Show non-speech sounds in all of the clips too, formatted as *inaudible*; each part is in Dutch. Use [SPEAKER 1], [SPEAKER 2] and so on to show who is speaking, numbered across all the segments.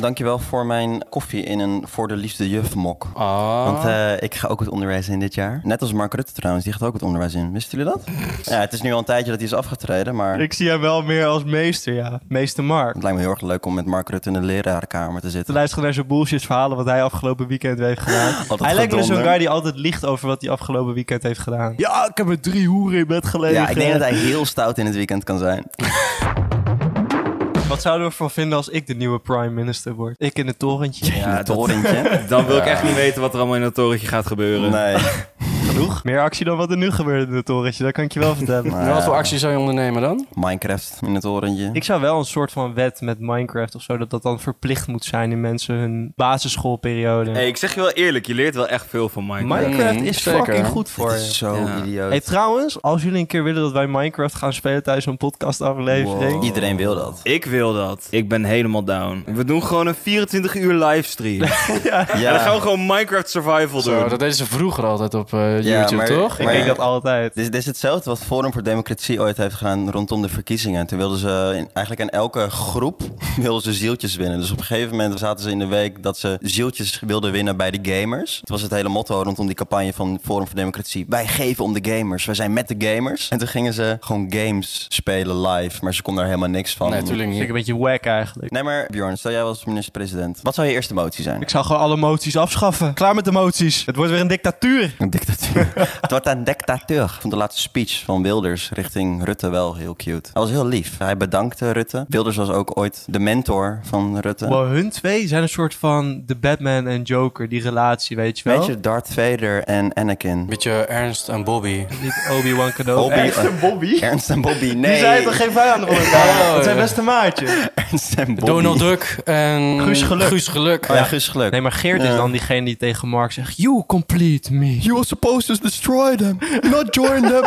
[SPEAKER 1] Dankjewel voor mijn koffie in een voor de liefde juf mok.
[SPEAKER 2] Ah.
[SPEAKER 1] Want eh, ik ga ook het onderwijs in dit jaar. Net als Mark Rutte trouwens, die gaat ook het onderwijs in. Wisten jullie
[SPEAKER 3] *laughs*
[SPEAKER 1] dat? Ja, het is nu al een tijdje dat hij is afgetreden, maar
[SPEAKER 3] Ik zie hem wel meer als meester, ja. Meester Mark.
[SPEAKER 1] het lijkt me heel erg leuk om met Mark Rutte in de lerarenkamer te
[SPEAKER 3] Te
[SPEAKER 1] zitten.
[SPEAKER 3] luisteren naar zijn bullshit verhalen wat hij afgelopen weekend heeft *laughs* gedaan. hij lijkt me zo'n
[SPEAKER 1] gedonder.
[SPEAKER 3] guy die altijd liegt over wat hij afgelopen weekend heeft gedaan. Ja, ik heb met drie hoeren in bed gelegen.
[SPEAKER 1] Ja, ik denk dat hij heel stout in het weekend kan zijn.
[SPEAKER 3] Wat zouden we ervan vinden als ik de nieuwe prime minister word? Ik in het torentje. *laughs*
[SPEAKER 1] Ja, het
[SPEAKER 2] dat-
[SPEAKER 1] torentje.
[SPEAKER 2] eh, Dan wil ik echt niet weten wat er allemaal in dat torentje gaat gebeuren.
[SPEAKER 1] Nee.
[SPEAKER 3] Genoeg. Meer actie dan wat er nu gebeurt in het torentje, *laughs* dat kan ik je wel
[SPEAKER 1] *laughs*
[SPEAKER 3] vertellen.
[SPEAKER 1] Maar,
[SPEAKER 4] En wat voor
[SPEAKER 1] eh,
[SPEAKER 4] actie zou je ondernemen dan?
[SPEAKER 1] Minecraft in het torentje.
[SPEAKER 3] Ik zou wel een soort van wet met Minecraft of zo, dat dat dan verplicht moet zijn in mensen hun basisschoolperiode.
[SPEAKER 2] Hey, ik zeg je wel eerlijk, je leert wel echt veel van Minecraft.
[SPEAKER 3] Minecraft
[SPEAKER 4] Mm,
[SPEAKER 3] is
[SPEAKER 4] zeker.
[SPEAKER 3] fucking goed
[SPEAKER 1] Het
[SPEAKER 3] voor je.
[SPEAKER 1] is zo
[SPEAKER 2] Ja.
[SPEAKER 1] idioot.
[SPEAKER 3] Hey, trouwens, als jullie een keer willen dat wij Minecraft gaan spelen tijdens een podcastaflevering.
[SPEAKER 1] Wow. Iedereen wil
[SPEAKER 3] *laughs*
[SPEAKER 1] dat.
[SPEAKER 2] Ik wil dat. Ik ben helemaal down. We doen gewoon een 24 uur livestream. En dan gaan we gewoon Minecraft Survival
[SPEAKER 4] Zo,
[SPEAKER 2] doen.
[SPEAKER 4] dat deden ze vroeger altijd op eh,
[SPEAKER 1] Ja,
[SPEAKER 4] YouTube,
[SPEAKER 1] maar-
[SPEAKER 4] toch?
[SPEAKER 3] Ik
[SPEAKER 1] Maar-
[SPEAKER 3] denk dat altijd.
[SPEAKER 1] Dit is, dit is hetzelfde wat Forum voor Democratie ooit heeft gedaan rondom de verkiezingen. Toen wilden ze in- eigenlijk aan elke groep *laughs* wilden ze zieltjes winnen. Dus op een gegeven moment zaten ze in de week dat ze zieltjes wilden winnen bij de gamers. Het was het hele motto rondom die campagne van Forum voor Democratie. Wij geven om de gamers, wij zijn met de gamers. En toen gingen ze gewoon games spelen live, maar ze konden er helemaal niks van.
[SPEAKER 4] Nee, natuurlijk
[SPEAKER 3] Vind ik een
[SPEAKER 4] niet.
[SPEAKER 3] beetje wack eigenlijk.
[SPEAKER 1] Nee, maar Bjorn, stel jij was minister-president. Wat zou je eerste motie zijn?
[SPEAKER 3] Ik zou gewoon alle moties afschaffen. Klaar met de moties. Het wordt weer een dictatuur.
[SPEAKER 1] Een dictatuur. *laughs* het wordt een dictatuur. Ik vond de laatste speech van Wilders richting Rutte wel heel cute. Hij was heel lief. Hij bedankte Rutte. Wilders was ook ooit de mentor van Rutte.
[SPEAKER 3] Maar hun twee zijn een soort van de Batman en Joker, die relatie, weet je wel?
[SPEAKER 1] Weet je, Darth Vader en Anakin.
[SPEAKER 4] Beetje Ernst en Bobby.
[SPEAKER 3] *laughs* Niet Obi-Wan Kenobi.
[SPEAKER 1] Obi- Oh, Ernst en
[SPEAKER 3] Bobby?
[SPEAKER 1] Ernst en Bobby, nee.
[SPEAKER 3] Die zijn toch geen vijanden van elkaar?
[SPEAKER 4] Oh,
[SPEAKER 3] Het zijn
[SPEAKER 4] ja.
[SPEAKER 3] beste maatjes.
[SPEAKER 1] Ernst en Bobby.
[SPEAKER 4] Donald Duck en...
[SPEAKER 3] Guus Geluk.
[SPEAKER 4] Geluk.
[SPEAKER 1] Oh ja, Guus Geluk.
[SPEAKER 3] Nee, maar Geert is dan diegene die tegen Mark zegt... You complete me.
[SPEAKER 1] You were supposed to destroy them, not join them.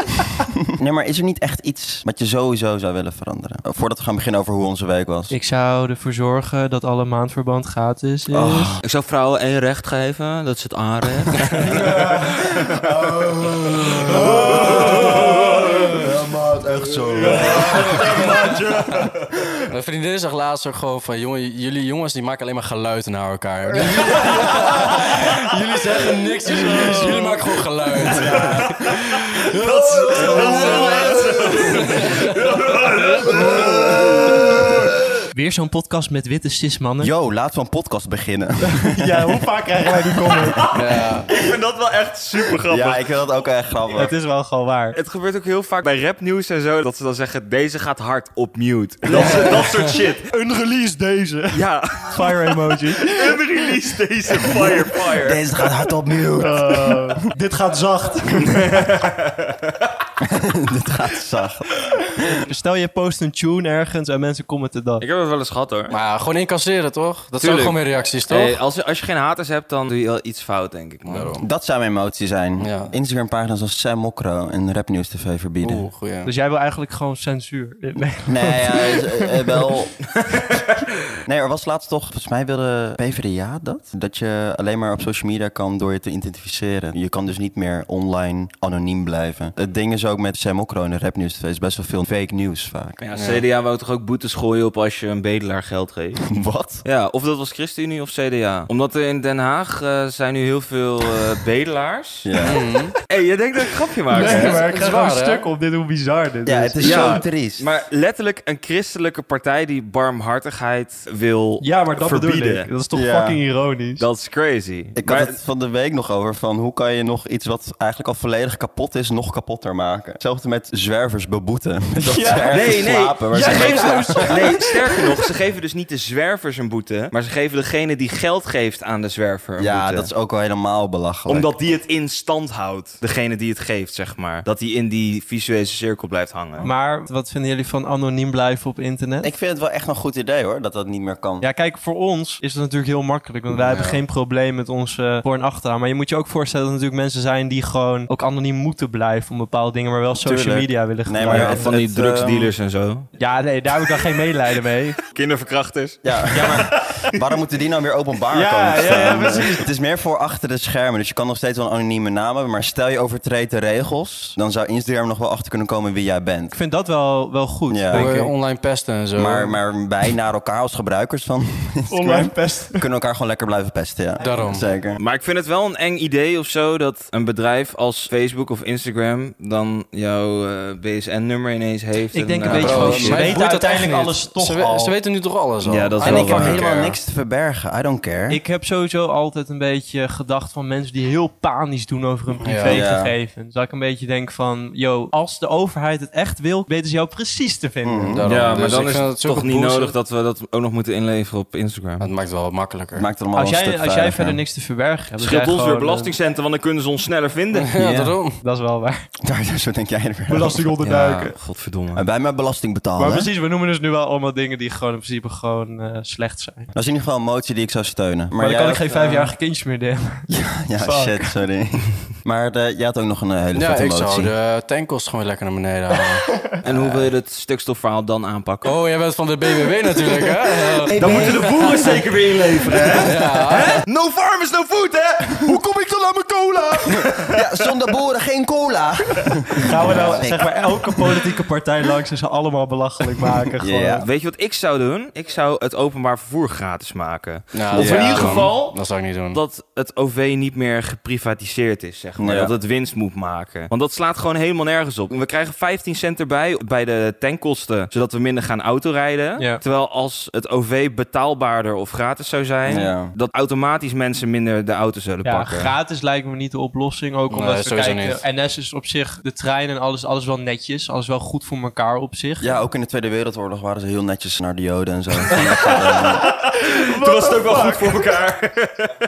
[SPEAKER 1] nee, maar is er niet echt iets wat je sowieso zou willen veranderen? Eh, Voordat we gaan beginnen over hoe onze week was.
[SPEAKER 3] *laughs* Ik zou ervoor zorgen dat alle maandverband gratis is.
[SPEAKER 1] Oh.
[SPEAKER 2] Ik zou vrouwen één recht geven, dat is het aanrecht.
[SPEAKER 1] echt zo.
[SPEAKER 4] Mijn vriendin zag laatst ook gewoon van... Jongen, jullie jongens die maken alleen maar geluid naar elkaar. jullie zeggen niks. Jullie, jullie- *laughs* jullie maken gewoon geluid.
[SPEAKER 3] Weer zo'n podcast met witte cismannen.
[SPEAKER 1] Yo, laten we een podcast beginnen.
[SPEAKER 3] Ja, hoe vaak krijgen wij die comment?
[SPEAKER 4] Ja.
[SPEAKER 2] *laughs* ik vind dat wel echt super grappig.
[SPEAKER 1] ja, ik vind dat ook echt grappig.
[SPEAKER 3] *laughs* Het is wel gewoon waar.
[SPEAKER 2] Het gebeurt ook heel vaak bij rapnieuws en zo, dat ze dan zeggen, deze gaat hard op mute. Dat, soort- dat soort shit.
[SPEAKER 3] Een release deze.
[SPEAKER 2] Ja,
[SPEAKER 3] Fire emoji.
[SPEAKER 2] *laughs* een release deze fire fire.
[SPEAKER 1] Deze gaat hard opnieuw.
[SPEAKER 3] Eh, dit gaat zacht.
[SPEAKER 1] Dit gaat zacht.
[SPEAKER 3] Stel je post een tune ergens en mensen commenten dat.
[SPEAKER 2] Ik heb het wel eens gehad hoor.
[SPEAKER 4] Maar ja, gewoon incasseren, toch? Dat zijn ook
[SPEAKER 2] Tuurlijk.
[SPEAKER 4] gewoon weer reacties, toch?
[SPEAKER 2] Hey, als, je- als je geen haters hebt, dan doe je wel iets fout, denk ik. Man.
[SPEAKER 4] Daarom.
[SPEAKER 1] Dat zou mijn motie zijn.
[SPEAKER 4] Ja.
[SPEAKER 1] Instagram-pagina's als Sam Mokro en Rap News TV verbieden.
[SPEAKER 4] Oeh, goeie.
[SPEAKER 3] Dus jij wil eigenlijk gewoon censuur. Nee.
[SPEAKER 1] Nee,
[SPEAKER 4] *laughs*
[SPEAKER 1] ja, is- eh, eh, wel... *laughs* nee, er was laatst toch... Volgens mij wilde PvdA dat. Dat je alleen maar op social media kan door je te identificeren. Je kan dus niet meer online anoniem blijven. Het ding is ook met Sam Mokro en de Rap News TV... is best wel veel fake nieuws vaak. *laughs*
[SPEAKER 2] Ja, CDA wou toch ook boetes gooien op als je een bedelaar geld geeft?
[SPEAKER 1] Wat?
[SPEAKER 2] Ja, of dat was ChristenUnie of CDA. Omdat er in Den Haag eh, zijn nu heel veel eh, *laughs* bedelaars.
[SPEAKER 1] Ja,
[SPEAKER 4] Mhm.
[SPEAKER 2] Hé, hey, je denkt dat ik een grapje maak.
[SPEAKER 3] Nee,
[SPEAKER 2] hè?
[SPEAKER 3] maar ik
[SPEAKER 4] is
[SPEAKER 3] krijg
[SPEAKER 4] waar,
[SPEAKER 3] gewoon een
[SPEAKER 4] hè?
[SPEAKER 3] stuk op dit, hoe bizar dit
[SPEAKER 1] ja
[SPEAKER 3] is.
[SPEAKER 1] het is
[SPEAKER 2] Ja.
[SPEAKER 1] zo triest.
[SPEAKER 2] Maar letterlijk een christelijke partij die barmhartigheid wil
[SPEAKER 3] Ja, maar dat bedoel
[SPEAKER 2] verbieden.
[SPEAKER 3] ik. Dat is toch
[SPEAKER 1] Ja.
[SPEAKER 3] fucking ironisch.
[SPEAKER 2] Dat is crazy.
[SPEAKER 1] Ik
[SPEAKER 2] Maar-
[SPEAKER 1] had het van de week nog over van hoe kan je nog iets wat eigenlijk al volledig kapot is, nog kapotter maken. Hetzelfde met zwervers beboeten. *laughs* Dat ze ergens
[SPEAKER 2] Nee, nee.
[SPEAKER 1] slapen. maar
[SPEAKER 2] Ze
[SPEAKER 1] ze-
[SPEAKER 2] geven nee, sterker nog, ze geven dus niet de zwervers een boete, maar ze geven degene die geld geeft aan de zwerver een
[SPEAKER 1] ja,
[SPEAKER 2] boete.
[SPEAKER 1] dat is ook wel helemaal belachelijk.
[SPEAKER 2] Omdat die het in stand houdt. Degene die het geeft, zeg maar. Dat die in die visuele cirkel blijft hangen.
[SPEAKER 3] Maar wat vinden jullie van anoniem blijven op internet?
[SPEAKER 1] Ik vind het wel echt een goed idee hoor, dat dat niet meer kan.
[SPEAKER 3] Ja, kijk, voor ons is het natuurlijk heel makkelijk. Want wij hebben geen probleem met ons eh, voor- en achteraan. Maar je moet je ook voorstellen dat er natuurlijk mensen zijn die gewoon ook anoniem moeten blijven om bepaalde dingen, maar wel social
[SPEAKER 1] Tuurlijk.
[SPEAKER 3] media willen
[SPEAKER 1] Nee,
[SPEAKER 3] gebruiken.
[SPEAKER 1] maar
[SPEAKER 2] Ja,
[SPEAKER 1] het,
[SPEAKER 2] van
[SPEAKER 1] het
[SPEAKER 2] die die
[SPEAKER 1] het,
[SPEAKER 2] drugsdealers en zo.
[SPEAKER 3] Ja, nee, daar heb ik dan geen medelijden
[SPEAKER 1] *laughs*
[SPEAKER 3] mee.
[SPEAKER 2] Kinderverkrachters.
[SPEAKER 1] Ja, ja, maar *laughs* waarom moeten die nou weer openbaar
[SPEAKER 3] Ja,
[SPEAKER 1] komen te
[SPEAKER 3] ja, ja,
[SPEAKER 1] staan? het is meer voor achter de schermen. Dus je kan nog steeds wel een anonieme naam hebben. Maar stel je overtreedt de regels, dan zou Instagram nog wel achter kunnen komen wie jij bent.
[SPEAKER 3] Ik vind dat wel, wel goed.
[SPEAKER 1] Ja.
[SPEAKER 3] denk
[SPEAKER 4] Door
[SPEAKER 3] ik.
[SPEAKER 4] eh, online pesten en zo.
[SPEAKER 1] Maar, maar wij naar elkaar als gebruikers van Instagram
[SPEAKER 3] pest.
[SPEAKER 1] *laughs* kunnen elkaar gewoon lekker blijven pesten. Ja.
[SPEAKER 4] Daarom.
[SPEAKER 1] Zeker.
[SPEAKER 2] Maar ik vind het wel een eng idee of zo dat een bedrijf als Facebook of Instagram dan jouw eh, BSN-nummer ineens heeft.
[SPEAKER 3] Ik
[SPEAKER 2] en,
[SPEAKER 3] denk een
[SPEAKER 2] eh,
[SPEAKER 3] beetje
[SPEAKER 4] Bro,
[SPEAKER 3] van,
[SPEAKER 4] mij
[SPEAKER 3] ze
[SPEAKER 4] boeit
[SPEAKER 3] weten
[SPEAKER 4] dat
[SPEAKER 3] uiteindelijk
[SPEAKER 4] echt niet.
[SPEAKER 3] alles toch
[SPEAKER 4] ze, we-
[SPEAKER 3] al.
[SPEAKER 4] ze weten nu toch alles al.
[SPEAKER 2] Ja, dat is
[SPEAKER 1] En
[SPEAKER 2] wel
[SPEAKER 1] ik heb
[SPEAKER 2] waar.
[SPEAKER 1] helemaal
[SPEAKER 4] Care.
[SPEAKER 1] niks te verbergen. I don't care.
[SPEAKER 3] Ik heb sowieso altijd een beetje gedacht van mensen die heel panisch doen over hun privégegevens. Dat ik een beetje denk van, yo, als de overheid het echt wil, weten ze jou precies te vinden.
[SPEAKER 1] Mhm.
[SPEAKER 4] Daarom.
[SPEAKER 2] Ja, maar
[SPEAKER 4] Dus
[SPEAKER 2] dan
[SPEAKER 4] ik
[SPEAKER 2] is
[SPEAKER 4] vind
[SPEAKER 2] het
[SPEAKER 4] zulke
[SPEAKER 2] toch niet
[SPEAKER 4] bullshit.
[SPEAKER 2] nodig dat we dat ook nog moeten inleveren op Instagram.
[SPEAKER 4] Maar Het maakt het wel wat makkelijker.
[SPEAKER 1] Maakt het allemaal
[SPEAKER 3] Als
[SPEAKER 1] wel een
[SPEAKER 3] jij,
[SPEAKER 1] stuk
[SPEAKER 3] als jij
[SPEAKER 1] veiliger.
[SPEAKER 3] verder niks te verbergen hebt...
[SPEAKER 2] Scheelt
[SPEAKER 3] dan
[SPEAKER 2] ons
[SPEAKER 3] krijg je
[SPEAKER 2] weer
[SPEAKER 3] gewoon eh, een-
[SPEAKER 2] belastingcenten, want dan kunnen ze ons sneller vinden.
[SPEAKER 1] *laughs*
[SPEAKER 4] ja,
[SPEAKER 1] Ja.
[SPEAKER 4] daarom.
[SPEAKER 3] Dat is wel waar.
[SPEAKER 1] Daar, zo denk jij er weer over.
[SPEAKER 3] Belasting
[SPEAKER 2] Ja,
[SPEAKER 3] onderduiken.
[SPEAKER 1] En
[SPEAKER 2] godverdomme.
[SPEAKER 1] Wij maar belasting
[SPEAKER 3] Maar
[SPEAKER 1] betalen. hè?
[SPEAKER 3] precies, we noemen dus nu wel allemaal dingen die gewoon in principe gewoon eh, slecht zijn. Maar,
[SPEAKER 1] Dat is in ieder geval een motie die ik zou steunen. Maar,
[SPEAKER 3] dan
[SPEAKER 1] jij
[SPEAKER 3] kan ik
[SPEAKER 1] had,
[SPEAKER 3] geen vijfjarige kindjes meer delen.
[SPEAKER 1] eh, *laughs* Ja,
[SPEAKER 3] Fuck.
[SPEAKER 1] shit, sorry. Maar eh, jij had ook nog een eh, hele
[SPEAKER 4] Ja,
[SPEAKER 1] vette
[SPEAKER 4] ik
[SPEAKER 1] motie.
[SPEAKER 4] zou de tankkosten gewoon lekker naar beneden *laughs* halen.
[SPEAKER 2] En hoe wil je het stikstofverhaal dan aanpakken?
[SPEAKER 4] oh, jij bent van de BBW natuurlijk, hè?
[SPEAKER 2] Dan moeten
[SPEAKER 1] *laughs*
[SPEAKER 2] de boeren zeker weer inleveren, hè? No farm is no food, hè? *laughs* Hoe kom ik dan aan mijn cola?
[SPEAKER 1] Ja, zonder boeren geen cola.
[SPEAKER 3] Gaan we nou
[SPEAKER 1] Nee.
[SPEAKER 3] zeg maar elke politieke partij langs en ze allemaal belachelijk maken. Gewoon.
[SPEAKER 1] Ja.
[SPEAKER 2] Weet je wat ik zou doen? Ik zou het openbaar vervoer gratis maken.
[SPEAKER 4] Nou,
[SPEAKER 2] Of
[SPEAKER 4] dat
[SPEAKER 1] in
[SPEAKER 4] zou ik
[SPEAKER 1] ieder
[SPEAKER 4] niet
[SPEAKER 2] geval-
[SPEAKER 4] doen. Dat zou ik niet doen.
[SPEAKER 2] Dat het OV niet meer geprivatiseerd is, zeg maar.
[SPEAKER 1] Ja.
[SPEAKER 2] Dat het winst moet maken. Want dat slaat gewoon helemaal nergens op. We krijgen 15 cent erbij bij de tankkosten, zodat we minder gaan autorijden.
[SPEAKER 3] Ja.
[SPEAKER 2] Terwijl als het OV betaalbaarder of gratis zou zijn,
[SPEAKER 1] Ja.
[SPEAKER 2] dat automatisch mensen minder de auto zullen
[SPEAKER 3] Ja,
[SPEAKER 2] pakken.
[SPEAKER 3] gratis lijkt me niet de oplossing. Ook
[SPEAKER 4] Nee,
[SPEAKER 3] omdat we
[SPEAKER 4] sowieso
[SPEAKER 3] kijken, NS is op zich, de trein en alles, alles wel netjes. Alles wel goed voor elkaar op zich.
[SPEAKER 1] Ja, ook in de Tweede Wereldoorlog waren ze heel netjes naar de Joden en zo.
[SPEAKER 2] Toen was het ook wel goed voor elkaar.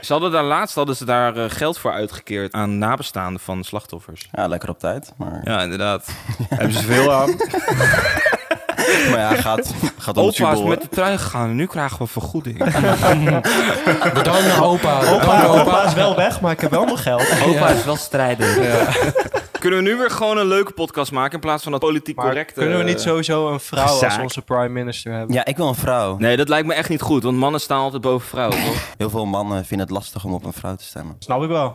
[SPEAKER 2] ze hadden daar laatst hadden ze daar eh, geld voor uitgekeerd aan nabestaanden van slachtoffers.
[SPEAKER 1] ja, lekker op tijd. Maar,
[SPEAKER 2] *laughs* Ja, inderdaad. Hebben ze veel aan.
[SPEAKER 1] maar ja, gaat, gaat om
[SPEAKER 2] Opa is
[SPEAKER 1] het
[SPEAKER 2] met de trein gegaan en nu krijgen we vergoeding.
[SPEAKER 3] *laughs*
[SPEAKER 4] Bedankt naar opa.
[SPEAKER 3] Opa,
[SPEAKER 4] Bedankt,
[SPEAKER 3] opa is wel weg, maar ik heb wel nog geld.
[SPEAKER 2] Opa is wel strijder. *laughs* Kunnen we nu weer gewoon een leuke podcast maken in plaats van dat politiek
[SPEAKER 3] Maar
[SPEAKER 2] correcte...
[SPEAKER 3] kunnen we niet sowieso een vrouw als
[SPEAKER 2] gezaak.
[SPEAKER 3] onze prime minister hebben?
[SPEAKER 1] Ja, ik wil een vrouw.
[SPEAKER 2] Nee, dat lijkt me echt niet goed, want mannen staan altijd boven vrouwen, toch?
[SPEAKER 1] Heel veel mannen vinden het lastig om op een vrouw te stemmen.
[SPEAKER 3] Snap ik wel.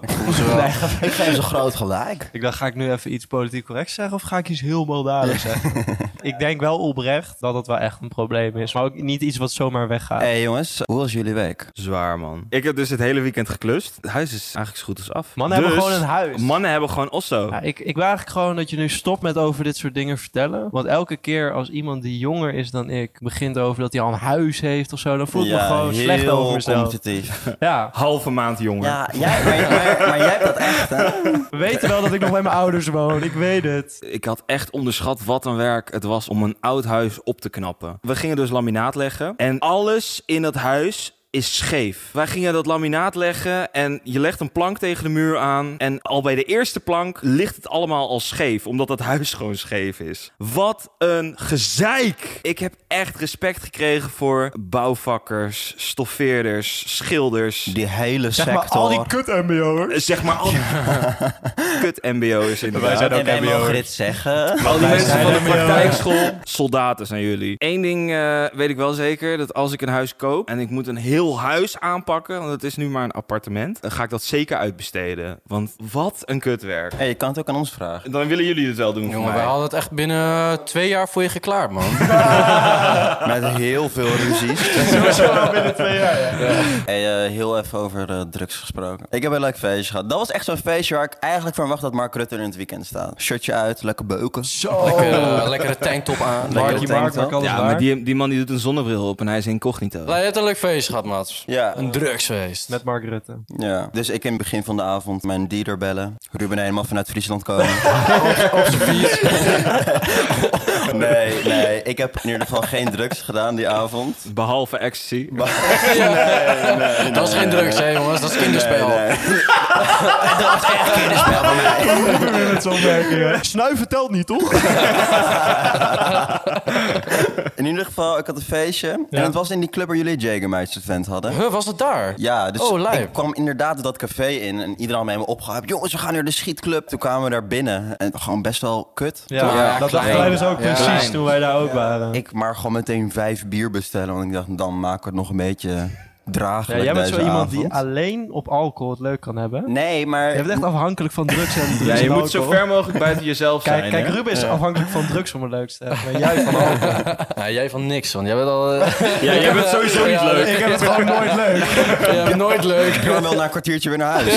[SPEAKER 1] Ik geef ze groot gelijk.
[SPEAKER 3] Ik dacht, ga ik nu even iets politiek correct zeggen of ga ik iets heel maldadigs zeggen?
[SPEAKER 2] *laughs*
[SPEAKER 3] ik denk wel oprecht dat dat wel echt een probleem is. Maar ook niet iets wat zomaar weggaat.
[SPEAKER 1] *laughs*
[SPEAKER 2] Eh,
[SPEAKER 1] hey, jongens, hoe was jullie week?
[SPEAKER 2] *laughs* Zwaar, man. Ik heb dus het hele weekend geklust. Het huis is eigenlijk zo goed als af.
[SPEAKER 3] Mannen hebben
[SPEAKER 2] Dus,
[SPEAKER 3] gewoon een huis.
[SPEAKER 2] Mannen hebben gewoon osso.
[SPEAKER 3] Ja, ik, ik wil eigenlijk gewoon dat je nu stopt met over dit soort dingen vertellen. Want elke keer als iemand die jonger is dan ik begint over dat hij al een huis heeft of zo, dan voel ik me gewoon slecht
[SPEAKER 1] heel
[SPEAKER 3] over mezelf.
[SPEAKER 1] competitief.
[SPEAKER 3] Ja,
[SPEAKER 2] Halve maand jonger.
[SPEAKER 1] Ja, jij, maar, maar- maar jij hebt dat echt, hè?
[SPEAKER 3] we weten wel dat ik nog bij mijn ouders woon, ik weet het.
[SPEAKER 2] Ik had echt onderschat wat een werk het was om een oud huis op te knappen. We gingen dus laminaat leggen en alles in dat huis is scheef. Wij gingen dat laminaat leggen en je legt een plank tegen de muur aan en al bij de eerste plank ligt het allemaal al scheef, omdat het huis *laughs* gewoon scheef is. Wat een gezeik! Ik heb echt respect gekregen voor bouwvakkers, stoffeerders, schilders.
[SPEAKER 1] Die hele
[SPEAKER 3] Zeg
[SPEAKER 1] sector.
[SPEAKER 3] maar al die kut
[SPEAKER 2] Eh, Zeg maar
[SPEAKER 3] *laughs*
[SPEAKER 2] al die kut MBO'ers inderdaad.
[SPEAKER 3] Wij zijn ook
[SPEAKER 1] en wij mogen
[SPEAKER 3] MBO'ers.
[SPEAKER 1] dit zeggen.
[SPEAKER 2] Al die mensen
[SPEAKER 3] zijn
[SPEAKER 2] van de
[SPEAKER 3] er meer.
[SPEAKER 2] praktijkschool. Soldaten zijn jullie. Eén ding eh, weet ik wel zeker. Dat als ik een huis koop en ik moet een heel huis aanpakken. Want het is nu maar een appartement. Dan ga ik dat zeker uitbesteden. Want wat een kutwerk.
[SPEAKER 1] Hey, je kan het ook aan ons vragen.
[SPEAKER 2] Dan willen jullie het wel doen voor
[SPEAKER 4] Jongen, wij
[SPEAKER 2] *laughs* mij.
[SPEAKER 4] hadden het echt binnen twee jaar voor je geklaard, man.
[SPEAKER 1] Met heel veel
[SPEAKER 3] *laughs*
[SPEAKER 1] ruzies.
[SPEAKER 3] binnen twee jaar.
[SPEAKER 1] Hey, eh, heel even over eh, drugs gesproken. Ik heb een leuk feestje gehad. Dat was echt zo'n feestje waar ik eigenlijk verwacht dat Mark Rutte er in het weekend staat. Shirtje uit, lekker beuken.
[SPEAKER 3] Zo.
[SPEAKER 4] Lekker, eh, lekkere tanktop aan.
[SPEAKER 1] Lekker.
[SPEAKER 4] Maar
[SPEAKER 3] Markie Mark,
[SPEAKER 1] tanktop.
[SPEAKER 3] Mark, alles
[SPEAKER 2] Ja,
[SPEAKER 3] waar.
[SPEAKER 2] maar die, die man die doet een zonnebril op en hij is incognito.
[SPEAKER 4] Wij hebben een leuk feest gehad, Mats.
[SPEAKER 1] Ja,
[SPEAKER 4] Een drugsfeest.
[SPEAKER 3] Met *laughs* Mark Rutte.
[SPEAKER 1] ja. Dus ik in het begin van de avond mijn dealer bellen. Ruben helemaal vanuit Friesland komen.
[SPEAKER 4] *laughs* op zijn fiets.
[SPEAKER 1] *laughs* Nee, nee. Ik heb in ieder geval geen drugs gedaan die avond.
[SPEAKER 2] Behalve ecstasy.
[SPEAKER 4] dat is geen drugs, hè, jongens. Dat is kinderspel. dus
[SPEAKER 3] Snuiven telt niet, toch?
[SPEAKER 1] In ieder geval, ik had een feestje. En het was in die club waar jullie Jägermeister weekend hadden.
[SPEAKER 4] Huh, was het daar?
[SPEAKER 1] Ja, dus
[SPEAKER 4] Oh, lijp.
[SPEAKER 1] ik kwam inderdaad dat café in en iedereen had me helemaal opgehaald. Jongens, we gaan naar de schietclub. Toen kwamen we daar binnen en gewoon best wel kut.
[SPEAKER 3] Ja,
[SPEAKER 4] Ja,
[SPEAKER 3] dat dachten
[SPEAKER 4] klein.
[SPEAKER 3] wij dus ook
[SPEAKER 4] Ja.
[SPEAKER 3] precies
[SPEAKER 2] Klein.
[SPEAKER 3] toen wij daar ook waren.
[SPEAKER 1] Ik maar gewoon meteen vijf bier bestellen, want ik dacht, dan maken we het nog een beetje
[SPEAKER 3] Ja,
[SPEAKER 1] draaglijk
[SPEAKER 3] jij bent zo
[SPEAKER 1] deze
[SPEAKER 3] iemand die
[SPEAKER 1] avond.
[SPEAKER 3] alleen op alcohol het leuk kan hebben.
[SPEAKER 1] Nee, maar...
[SPEAKER 3] Je bent echt afhankelijk van drugs en drugs
[SPEAKER 2] Ja, je
[SPEAKER 3] en
[SPEAKER 2] moet zo
[SPEAKER 3] alcohol.
[SPEAKER 2] ver mogelijk buiten jezelf zijn.
[SPEAKER 3] Kijk, kijk
[SPEAKER 2] hè?
[SPEAKER 3] Ruben is afhankelijk van drugs om het leukst te hebben. En jij van alcohol.
[SPEAKER 4] Nou, jij van niks, want jij bent al... eh,
[SPEAKER 2] *laughs* Ja, jij bent sowieso niet
[SPEAKER 4] *laughs* Ja,
[SPEAKER 2] leuk.
[SPEAKER 3] Ik heb het gewoon nooit
[SPEAKER 4] *laughs*
[SPEAKER 3] leuk.
[SPEAKER 4] jij bent nooit leuk.
[SPEAKER 1] Ik kan wel na een kwartiertje weer naar huis.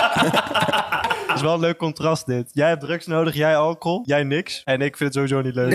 [SPEAKER 3] Het is wel een leuk contrast dit. Jij hebt drugs nodig, jij alcohol, jij niks. En ik vind het sowieso niet leuk.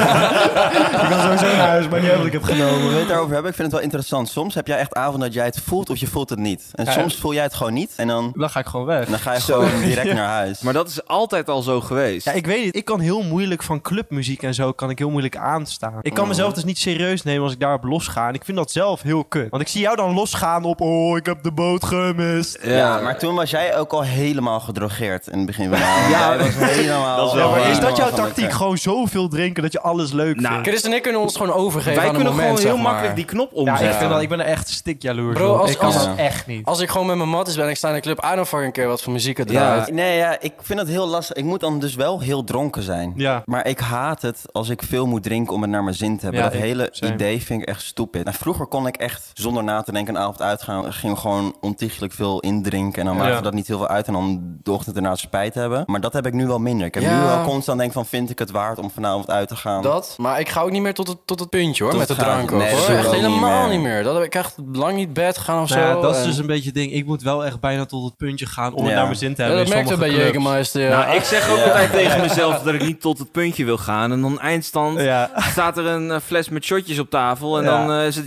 [SPEAKER 3] *laughs* ik kan sowieso naar huis, maar niet heb ik het genomen.
[SPEAKER 1] Wil je het daarover hebben? Ik vind het wel interessant. Soms heb jij echt avonden dat jij het voelt of je voelt het niet. En
[SPEAKER 3] Ja.
[SPEAKER 1] soms voel jij het gewoon niet en dan,
[SPEAKER 3] Dan ga ik gewoon weg.
[SPEAKER 1] dan ga je gewoon direct
[SPEAKER 3] *laughs*
[SPEAKER 1] naar huis.
[SPEAKER 2] Maar dat is altijd al zo geweest.
[SPEAKER 3] Ja, ik weet het. Ik kan heel moeilijk van clubmuziek en zo kan ik heel moeilijk aanstaan. Ik
[SPEAKER 4] Oh.
[SPEAKER 3] kan mezelf dus niet serieus nemen als ik daarop losga. En ik vind dat zelf heel kut. Want ik zie jou dan losgaan op... Oh, ik heb de boot gemist.
[SPEAKER 1] ja, maar toen was jij ook al helemaal gedrogeerd in het begin van de avond.
[SPEAKER 2] Ja,
[SPEAKER 1] Jij was *laughs* helemaal...
[SPEAKER 2] dat is wel
[SPEAKER 3] Ja, maar
[SPEAKER 2] waar.
[SPEAKER 3] is dat jouw
[SPEAKER 1] helemaal van
[SPEAKER 3] tactiek?
[SPEAKER 1] elkaar.
[SPEAKER 3] Gewoon zoveel drinken dat je alles leuk
[SPEAKER 2] Nou,
[SPEAKER 3] vindt?
[SPEAKER 4] Chris en ik kunnen ons gewoon overgeven
[SPEAKER 2] Wij
[SPEAKER 4] aan
[SPEAKER 2] kunnen
[SPEAKER 4] een moment,
[SPEAKER 2] gewoon heel
[SPEAKER 4] zeg maar.
[SPEAKER 2] makkelijk die knop
[SPEAKER 3] Ja,
[SPEAKER 2] omzetten.
[SPEAKER 3] ik, vind dat, ik ben er echt stik jaloers
[SPEAKER 4] eh, Bro,
[SPEAKER 3] op.
[SPEAKER 4] als-
[SPEAKER 3] ik kan
[SPEAKER 1] als-
[SPEAKER 3] dat echt niet.
[SPEAKER 4] Als ik gewoon met mijn matties ben en ik sta in de club, I don't fucking care wat voor muziek het draait.
[SPEAKER 1] Ja, nee, ja, ik vind het heel lastig. Ik moet dan dus wel heel dronken zijn.
[SPEAKER 3] Ja.
[SPEAKER 1] Maar ik haat het als ik veel moet drinken om het naar mijn zin te hebben.
[SPEAKER 3] Ja,
[SPEAKER 1] dat
[SPEAKER 3] ik-
[SPEAKER 1] hele
[SPEAKER 3] same.
[SPEAKER 1] idee vind ik echt stupid. Nou, vroeger kon ik echt zonder na te denken een avond uitgaan. Ging gewoon ontiegelijk veel indrinken. En dan maakte
[SPEAKER 3] Ja.
[SPEAKER 1] dat niet heel veel uit. En dan de ochtend erna spijt hebben. Maar dat heb ik nu wel minder. Ik heb
[SPEAKER 4] Ja.
[SPEAKER 1] nu wel constant denk van vind ik het waard om vanavond uit te gaan.
[SPEAKER 4] Dat, maar ik ga ook niet meer tot het, tot het puntje hoor,
[SPEAKER 1] Tot
[SPEAKER 4] met de
[SPEAKER 1] het gaat.
[SPEAKER 4] drank ook,
[SPEAKER 1] Nee, dat
[SPEAKER 4] hoor.
[SPEAKER 1] doe ik
[SPEAKER 4] Echt
[SPEAKER 1] ook niet
[SPEAKER 4] helemaal
[SPEAKER 1] meer.
[SPEAKER 4] niet meer. Dat heb ik echt lang niet bed gaan of
[SPEAKER 3] Nou
[SPEAKER 4] zo.
[SPEAKER 3] ja, dat is
[SPEAKER 4] en-
[SPEAKER 3] dus een beetje het ding. Ik moet wel echt bijna tot het puntje gaan om
[SPEAKER 1] Ja.
[SPEAKER 3] het naar mijn zin te
[SPEAKER 4] Ja,
[SPEAKER 3] hebben.
[SPEAKER 4] dat
[SPEAKER 3] in
[SPEAKER 4] merkte bij
[SPEAKER 3] sommige clubs.
[SPEAKER 4] Jägermeister. Ja.
[SPEAKER 2] Nou, ik zeg ook altijd tegen mezelf dat ik niet tot het puntje wil gaan. En dan eindstand
[SPEAKER 3] Ja.
[SPEAKER 2] staat er een eh, fles met shotjes op tafel. En
[SPEAKER 3] Ja.
[SPEAKER 2] dan eh, is het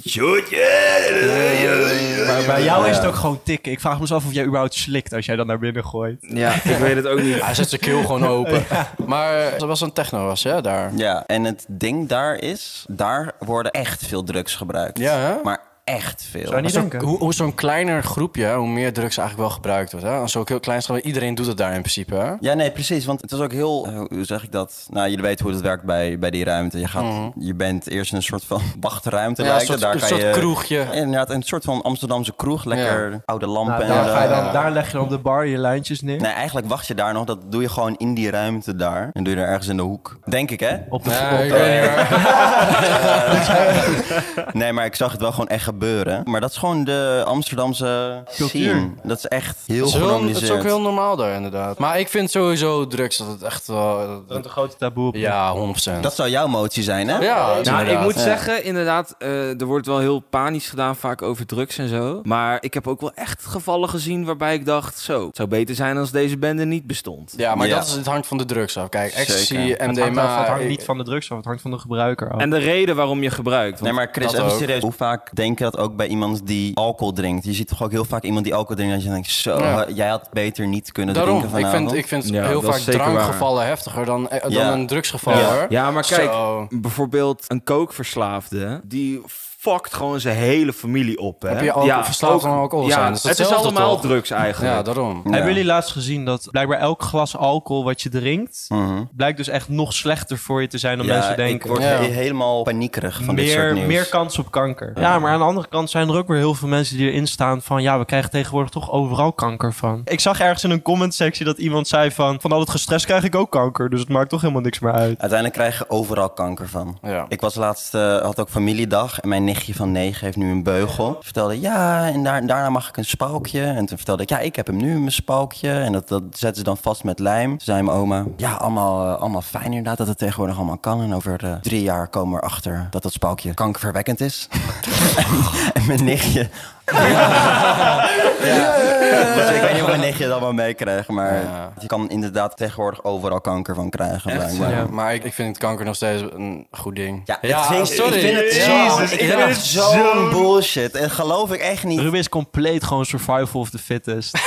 [SPEAKER 2] shotje.
[SPEAKER 3] Maar bij jou is het ook gewoon tikken. Ik vraag me eens af of jij überhaupt slikt als jij dat naar binnen gooit.
[SPEAKER 2] Ja, ik weet het ook niet.
[SPEAKER 4] Hij zet zijn keel
[SPEAKER 3] *laughs*
[SPEAKER 4] gewoon open. Maar eh, er was een techno was, hè, daar.
[SPEAKER 1] Ja, en het ding daar is, daar worden echt veel drugs gebruikt.
[SPEAKER 4] Ja, hè?
[SPEAKER 1] Maar echt veel.
[SPEAKER 3] Zou je niet
[SPEAKER 4] Zo'n-
[SPEAKER 3] denken?
[SPEAKER 4] hoe hoe zo'n kleiner groepje, hè, hoe meer drugs eigenlijk wel gebruikt wordt. Hè? Als Zo'n heel klein schaal, iedereen doet het daar in principe. Hè?
[SPEAKER 1] Ja, nee, precies. Want het was ook heel, eh, hoe zeg ik dat? Nou, jullie weten hoe het werkt bij, bij die ruimte. Je, gaat, je bent eerst in een soort van *laughs* wachtruimte.
[SPEAKER 4] Mhm. Ja,
[SPEAKER 1] lijkt
[SPEAKER 4] een soort,
[SPEAKER 1] het. daar
[SPEAKER 4] een
[SPEAKER 1] kan
[SPEAKER 4] soort
[SPEAKER 1] je,
[SPEAKER 4] kroegje.
[SPEAKER 1] Inderdaad, een soort van Amsterdamse kroeg. Lekker oude lampen.
[SPEAKER 3] Nou,
[SPEAKER 1] en,
[SPEAKER 3] daar, ga je
[SPEAKER 1] eh,
[SPEAKER 3] dan, daar leg je dan op de bar je lijntjes neer.
[SPEAKER 1] Nee, eigenlijk wacht je daar nog. Dat doe je gewoon in die ruimte daar. En doe je er ergens in de hoek. Denk ik, hè?
[SPEAKER 3] Op de
[SPEAKER 4] *laughs* Ja,
[SPEAKER 3] op
[SPEAKER 4] ik
[SPEAKER 3] de-
[SPEAKER 4] weet niet, hoor.
[SPEAKER 1] Nee, maar ik zag het wel gewoon echt gebeuren. Maar dat is gewoon de Amsterdamse
[SPEAKER 3] Cultuur.
[SPEAKER 1] scene. Dat is echt heel
[SPEAKER 4] Het is, heel, het
[SPEAKER 1] genormaliseerd.
[SPEAKER 4] is ook heel normaal daar, inderdaad. Maar ik vind sowieso drugs dat het echt wel...
[SPEAKER 3] Dat is een grote taboe op.
[SPEAKER 4] ja, 100%.
[SPEAKER 1] Dat zou jouw motie zijn, hè?
[SPEAKER 4] ja,
[SPEAKER 2] Nou, ik
[SPEAKER 4] inderdaad.
[SPEAKER 2] moet
[SPEAKER 1] ja.
[SPEAKER 2] zeggen, inderdaad, eh, er wordt wel heel panisch gedaan vaak over drugs en zo. Maar ik heb ook wel echt gevallen gezien waarbij ik dacht, zo, het zou beter zijn als deze bende niet bestond.
[SPEAKER 4] Ja, maar
[SPEAKER 1] Ja.
[SPEAKER 4] Dat is, het hangt van de drugs af. Kijk, ecstasy,
[SPEAKER 1] Zeker.
[SPEAKER 3] Het
[SPEAKER 4] MDMA...
[SPEAKER 3] hangt, af- het hangt niet van de drugs af, het hangt van de gebruiker af.
[SPEAKER 2] En de reden waarom je gebruikt.
[SPEAKER 1] Nee,
[SPEAKER 2] want-
[SPEAKER 1] maar Chris,
[SPEAKER 4] Dat
[SPEAKER 1] even
[SPEAKER 4] ook.
[SPEAKER 1] serieus. Hoe vaak denk je dat ook bij iemand die alcohol drinkt? Je ziet toch ook heel vaak iemand die alcohol drinkt dat je denkt... Zo,
[SPEAKER 4] Ja.
[SPEAKER 1] jij had beter niet kunnen
[SPEAKER 4] Daarom,
[SPEAKER 1] drinken
[SPEAKER 4] ik
[SPEAKER 1] vanavond.
[SPEAKER 4] vind, ik vind
[SPEAKER 2] Ja,
[SPEAKER 4] heel
[SPEAKER 2] dat
[SPEAKER 4] vaak
[SPEAKER 2] is zeker
[SPEAKER 4] drankgevallen heftiger dan, eh, dan
[SPEAKER 1] Ja.
[SPEAKER 4] een drugsgeval.
[SPEAKER 1] Ja.
[SPEAKER 4] hoor.
[SPEAKER 2] Ja, maar kijk,
[SPEAKER 4] Zo.
[SPEAKER 2] bijvoorbeeld een kookverslaafde, die fuckt gewoon zijn hele familie op. Hè?
[SPEAKER 4] Heb je alcohol-
[SPEAKER 2] ja,
[SPEAKER 4] verslaafd aan alcohol zijn? Dat is
[SPEAKER 2] het is
[SPEAKER 4] hetzelfde
[SPEAKER 2] allemaal
[SPEAKER 4] toch?
[SPEAKER 2] drugs eigenlijk.
[SPEAKER 4] Ja, daarom.
[SPEAKER 1] Ja.
[SPEAKER 3] Hebben jullie laatst gezien dat blijkbaar elk glas alcohol wat je drinkt,
[SPEAKER 1] Mhm.
[SPEAKER 3] blijkt dus echt nog slechter voor je te zijn dan
[SPEAKER 1] Ja,
[SPEAKER 3] mensen
[SPEAKER 1] ik
[SPEAKER 3] denken.
[SPEAKER 1] word
[SPEAKER 4] Ja.
[SPEAKER 1] he- helemaal paniekerig van dit soort
[SPEAKER 3] meer,
[SPEAKER 1] nieuws.
[SPEAKER 3] meer kans op kanker. Ja, maar aan de andere kant zijn er ook weer heel veel mensen die erin staan van... ja, we krijgen tegenwoordig toch overal kanker van. Ik zag ergens in een commentsectie dat iemand zei van... van al het gestrest krijg ik ook kanker, dus het maakt toch helemaal niks meer uit.
[SPEAKER 1] Uiteindelijk krijg je overal kanker van.
[SPEAKER 4] Ja.
[SPEAKER 1] Ik was laatst, eh, had ook familiedag en mijn nichtje van 9 heeft nu een beugel. Vertelde, ja, en daar, daarna mag ik een spalkje. En toen vertelde ik, ja, ik heb hem nu in mijn spalkje. En dat, dat zetten ze dan vast met lijm. Toen zei mijn oma, ja, allemaal, eh, allemaal fijn inderdaad dat het tegenwoordig allemaal kan. En over eh, drie jaar komen we erachter dat dat spalkje kankerverwekkend is. *laughs* en, en mijn nichtje... *laughs* ja. Dus ik weet niet of mijn nichtje dat allemaal meekreeg, maar
[SPEAKER 4] Ja.
[SPEAKER 1] je kan inderdaad tegenwoordig overal kanker van krijgen. blijkbaar.
[SPEAKER 3] Ja.
[SPEAKER 4] Maar ik, ik vind kanker nog steeds een goed ding.
[SPEAKER 1] Ja, ik vind,
[SPEAKER 4] sorry.
[SPEAKER 1] Ik vind het,
[SPEAKER 4] Ja.
[SPEAKER 1] Jezus, ik vind het zo'n bullshit. En geloof ik echt niet.
[SPEAKER 3] Ruben is compleet gewoon survival of the fittest.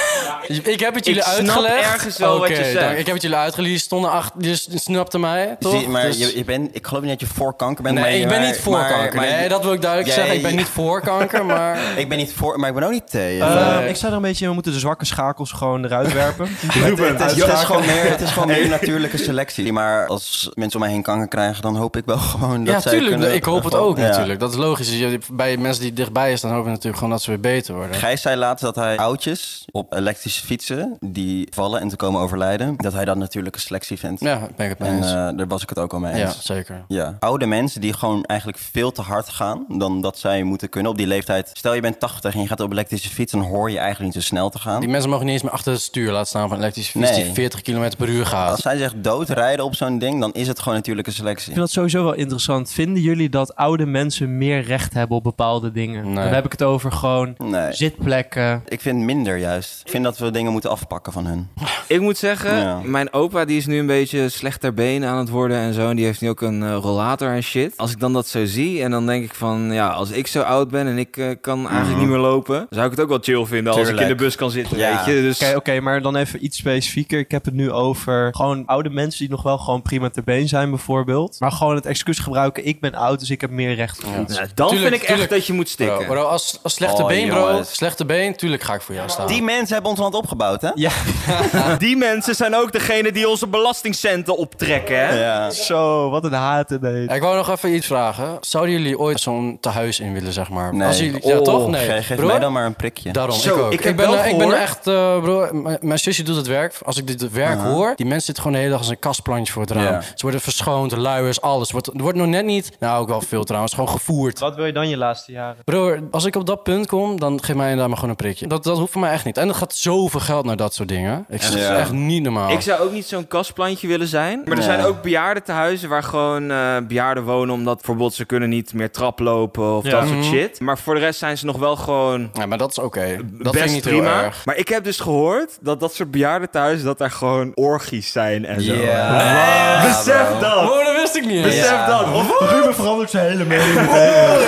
[SPEAKER 1] Dus
[SPEAKER 4] Ik heb het jullie
[SPEAKER 2] Ik snap
[SPEAKER 4] uitgelegd.
[SPEAKER 2] ergens wel wat je
[SPEAKER 4] Oké,
[SPEAKER 2] zegt.
[SPEAKER 4] dank- Ik heb het jullie uitgelegd. Jullie stonden achter, jullie snapten mij, toch?
[SPEAKER 1] Zie- maar
[SPEAKER 4] Dus-
[SPEAKER 1] je, je bent, ik geloof niet dat je voor kanker bent.
[SPEAKER 4] nee,
[SPEAKER 1] maar je-
[SPEAKER 4] ik ben
[SPEAKER 1] maar-
[SPEAKER 4] niet voor
[SPEAKER 1] maar-
[SPEAKER 4] kanker.
[SPEAKER 1] maar-
[SPEAKER 4] nee, dat wil ik duidelijk
[SPEAKER 1] Jij- *laughs*
[SPEAKER 4] zeggen. Ik ben niet voor kanker, maar...
[SPEAKER 1] Ik ben niet niet voor, maar ik ben ook niet tegen.
[SPEAKER 3] Eh,
[SPEAKER 4] Nee.
[SPEAKER 3] ik zou er een beetje, we moeten de zwakke schakels gewoon eruit
[SPEAKER 2] *laughs*
[SPEAKER 3] werpen.
[SPEAKER 1] het, het is, het is
[SPEAKER 3] Uitschakelen.
[SPEAKER 1] gewoon meer, het is gewoon meer natuurlijke selectie. Maar als mensen om mij heen kanker krijgen, dan hoop ik wel *laughs* gewoon dat
[SPEAKER 4] Ja,
[SPEAKER 1] zij
[SPEAKER 4] tuurlijk.
[SPEAKER 1] kunnen-
[SPEAKER 4] Ik hoop het
[SPEAKER 1] gewoon-
[SPEAKER 4] ook
[SPEAKER 1] ja.
[SPEAKER 4] natuurlijk. Dat is logisch. Je- Bij mensen die dichtbij is, dan hoop je natuurlijk gewoon dat ze weer beter worden.
[SPEAKER 1] Gijs zei laatst dat hij oudjes op elektrische fietsen die vallen en te komen overlijden, dat hij dat natuurlijke selectie vindt.
[SPEAKER 4] Ja, daar ben ik het mee
[SPEAKER 1] En
[SPEAKER 4] eens.
[SPEAKER 1] eh, daar was ik het ook al mee
[SPEAKER 4] ja,
[SPEAKER 1] eens.
[SPEAKER 4] zeker.
[SPEAKER 1] Ja. Oude mensen die gewoon eigenlijk veel te hard gaan dan dat zij moeten kunnen op die leeftijd. Stel je bent 80 en je gaat op elektrische fiets, dan hoor je eigenlijk niet zo snel te gaan.
[SPEAKER 4] Die mensen mogen niet eens meer achter het stuur laten staan van een elektrische fiets
[SPEAKER 1] Nee.
[SPEAKER 4] die 40 km per uur
[SPEAKER 1] Als
[SPEAKER 4] gaat.
[SPEAKER 1] zij zegt doodrijden op zo'n ding, dan is het gewoon natuurlijke selectie.
[SPEAKER 3] Ik vind dat sowieso wel interessant. Vinden jullie dat oude mensen meer recht hebben op bepaalde dingen?
[SPEAKER 4] Nee.
[SPEAKER 3] Dan heb ik het over gewoon
[SPEAKER 1] Nee.
[SPEAKER 3] zitplekken.
[SPEAKER 1] Ik vind minder juist. Ik vind dat we dingen moeten afpakken van hun.
[SPEAKER 2] Ik moet zeggen,
[SPEAKER 1] Ja.
[SPEAKER 2] mijn opa die is nu een beetje slecht ter benen aan het worden en zo. En die heeft nu ook een eh, rollator en shit. Als ik dan dat zo zie en dan denk ik van... Ja, als ik zo oud ben en ik eh, kan
[SPEAKER 4] Mhm.
[SPEAKER 2] eigenlijk niet meer lopen... zou ik het ook wel chill vinden als ik
[SPEAKER 1] Tuurlijk.
[SPEAKER 2] in de bus kan zitten,
[SPEAKER 1] Ja.
[SPEAKER 2] weet je. Dus
[SPEAKER 3] Oké, oké, maar dan even iets specifieker. Ik heb het nu over gewoon oude mensen die nog wel gewoon prima ter been zijn, bijvoorbeeld. Maar gewoon het excuus gebruiken: ik ben oud, dus ik heb meer recht op iets.
[SPEAKER 2] nou, dan
[SPEAKER 4] Tuurlijk,
[SPEAKER 2] vind ik echt
[SPEAKER 4] tuurlijk.
[SPEAKER 2] dat je moet
[SPEAKER 4] Bro,
[SPEAKER 2] stikken.
[SPEAKER 4] bro, als, als slechte
[SPEAKER 1] Oh,
[SPEAKER 4] been, bro.
[SPEAKER 1] jongens.
[SPEAKER 4] Slechte been, tuurlijk ga ik voor jou staan.
[SPEAKER 1] Die mensen hebben ons land opgebouwd, hè?
[SPEAKER 3] Ja, *laughs*
[SPEAKER 2] Die mensen zijn ook degene die onze belastingcenten optrekken, hè?
[SPEAKER 1] Ja.
[SPEAKER 3] zo, wat een haat ineens.
[SPEAKER 4] Ja, ik wou nog even iets vragen. Zouden jullie ooit zo'n tehuis in willen, zeg maar?
[SPEAKER 1] Nee.
[SPEAKER 4] Als jullie, ja,
[SPEAKER 1] Oh,
[SPEAKER 4] toch? Nee.
[SPEAKER 1] ge- geef
[SPEAKER 4] Bro,
[SPEAKER 1] mij dan maar een prikje.
[SPEAKER 4] Daarom,
[SPEAKER 2] Zo,
[SPEAKER 4] ik ook.
[SPEAKER 2] ik
[SPEAKER 4] Ik,
[SPEAKER 2] heb
[SPEAKER 4] ben,
[SPEAKER 2] wel
[SPEAKER 4] eh, ik ben
[SPEAKER 2] gehoord-
[SPEAKER 4] echt, eh, bro, m- mijn zusje doet het werk. Als ik dit werk hoor, die mensen zitten gewoon de hele dag als een kastplantje voor het raam.
[SPEAKER 1] Ja.
[SPEAKER 4] Ze worden verschoond, luiers, alles. Wordt, er wordt nog net niet, nou ook wel veel trouwens, gewoon gevoerd.
[SPEAKER 3] Wat wil je dan je laatste jaren?
[SPEAKER 4] Bro, als ik op dat punt kom, dan geef mij inderdaad maar gewoon een prikje. Dat, dat hoeft voor mij echt niet. En dat gaat zoveel geld naar dat soort dingen. Ik
[SPEAKER 1] Ja.
[SPEAKER 4] dat is echt niet normaal.
[SPEAKER 2] Ik zou ook niet zo'n kastplantje willen zijn. Maar er
[SPEAKER 1] Nee.
[SPEAKER 2] zijn ook bejaarden tehuizen waar gewoon eh, bejaarden wonen... omdat bijvoorbeeld ze kunnen niet meer trap lopen of
[SPEAKER 3] Ja.
[SPEAKER 2] dat soort shit. Maar voor de rest zijn ze nog wel gewoon
[SPEAKER 4] Ja, maar dat is oké. Dat
[SPEAKER 2] best
[SPEAKER 4] vind ik niet
[SPEAKER 2] prima.
[SPEAKER 4] heel erg.
[SPEAKER 2] Maar ik heb dus gehoord dat dat soort bejaarden thuis dat daar gewoon orgies zijn en zo.
[SPEAKER 1] Ja.
[SPEAKER 2] Besef
[SPEAKER 1] bro.
[SPEAKER 2] dat!
[SPEAKER 4] Oh, dat wist ik niet.
[SPEAKER 2] Besef
[SPEAKER 1] Ja.
[SPEAKER 2] dat! Of-
[SPEAKER 3] Ruben verandert zijn hele mening.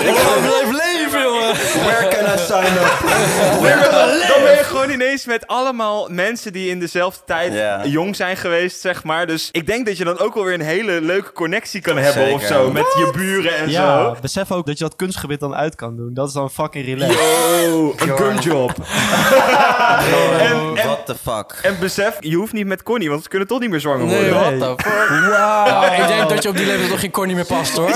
[SPEAKER 4] Ik ga blijven leven, jongen.
[SPEAKER 1] Where can I sign up?
[SPEAKER 2] Dan ben je gewoon ineens met allemaal mensen die in dezelfde tijd
[SPEAKER 1] Ja.
[SPEAKER 2] jong zijn geweest, zeg maar. Dus ik denk dat je dan ook wel weer een hele leuke connectie kan hebben of
[SPEAKER 1] Zeker.
[SPEAKER 2] zo. Met je buren en
[SPEAKER 3] Ja,
[SPEAKER 2] zo.
[SPEAKER 3] besef ook dat je dat kunstgebit dan uit kan doen. Dat is dan fucking relaxed.
[SPEAKER 2] Yo, een gumjob. En- en-
[SPEAKER 1] What the fuck?
[SPEAKER 2] En besef, je hoeft niet met Connie, want ze kunnen toch niet meer zwanger worden.
[SPEAKER 4] Nee,
[SPEAKER 3] Nee.
[SPEAKER 4] what the fuck. Nou, ik denk dat je op die leeftijd nog geen corny meer past, *laughs* hoor.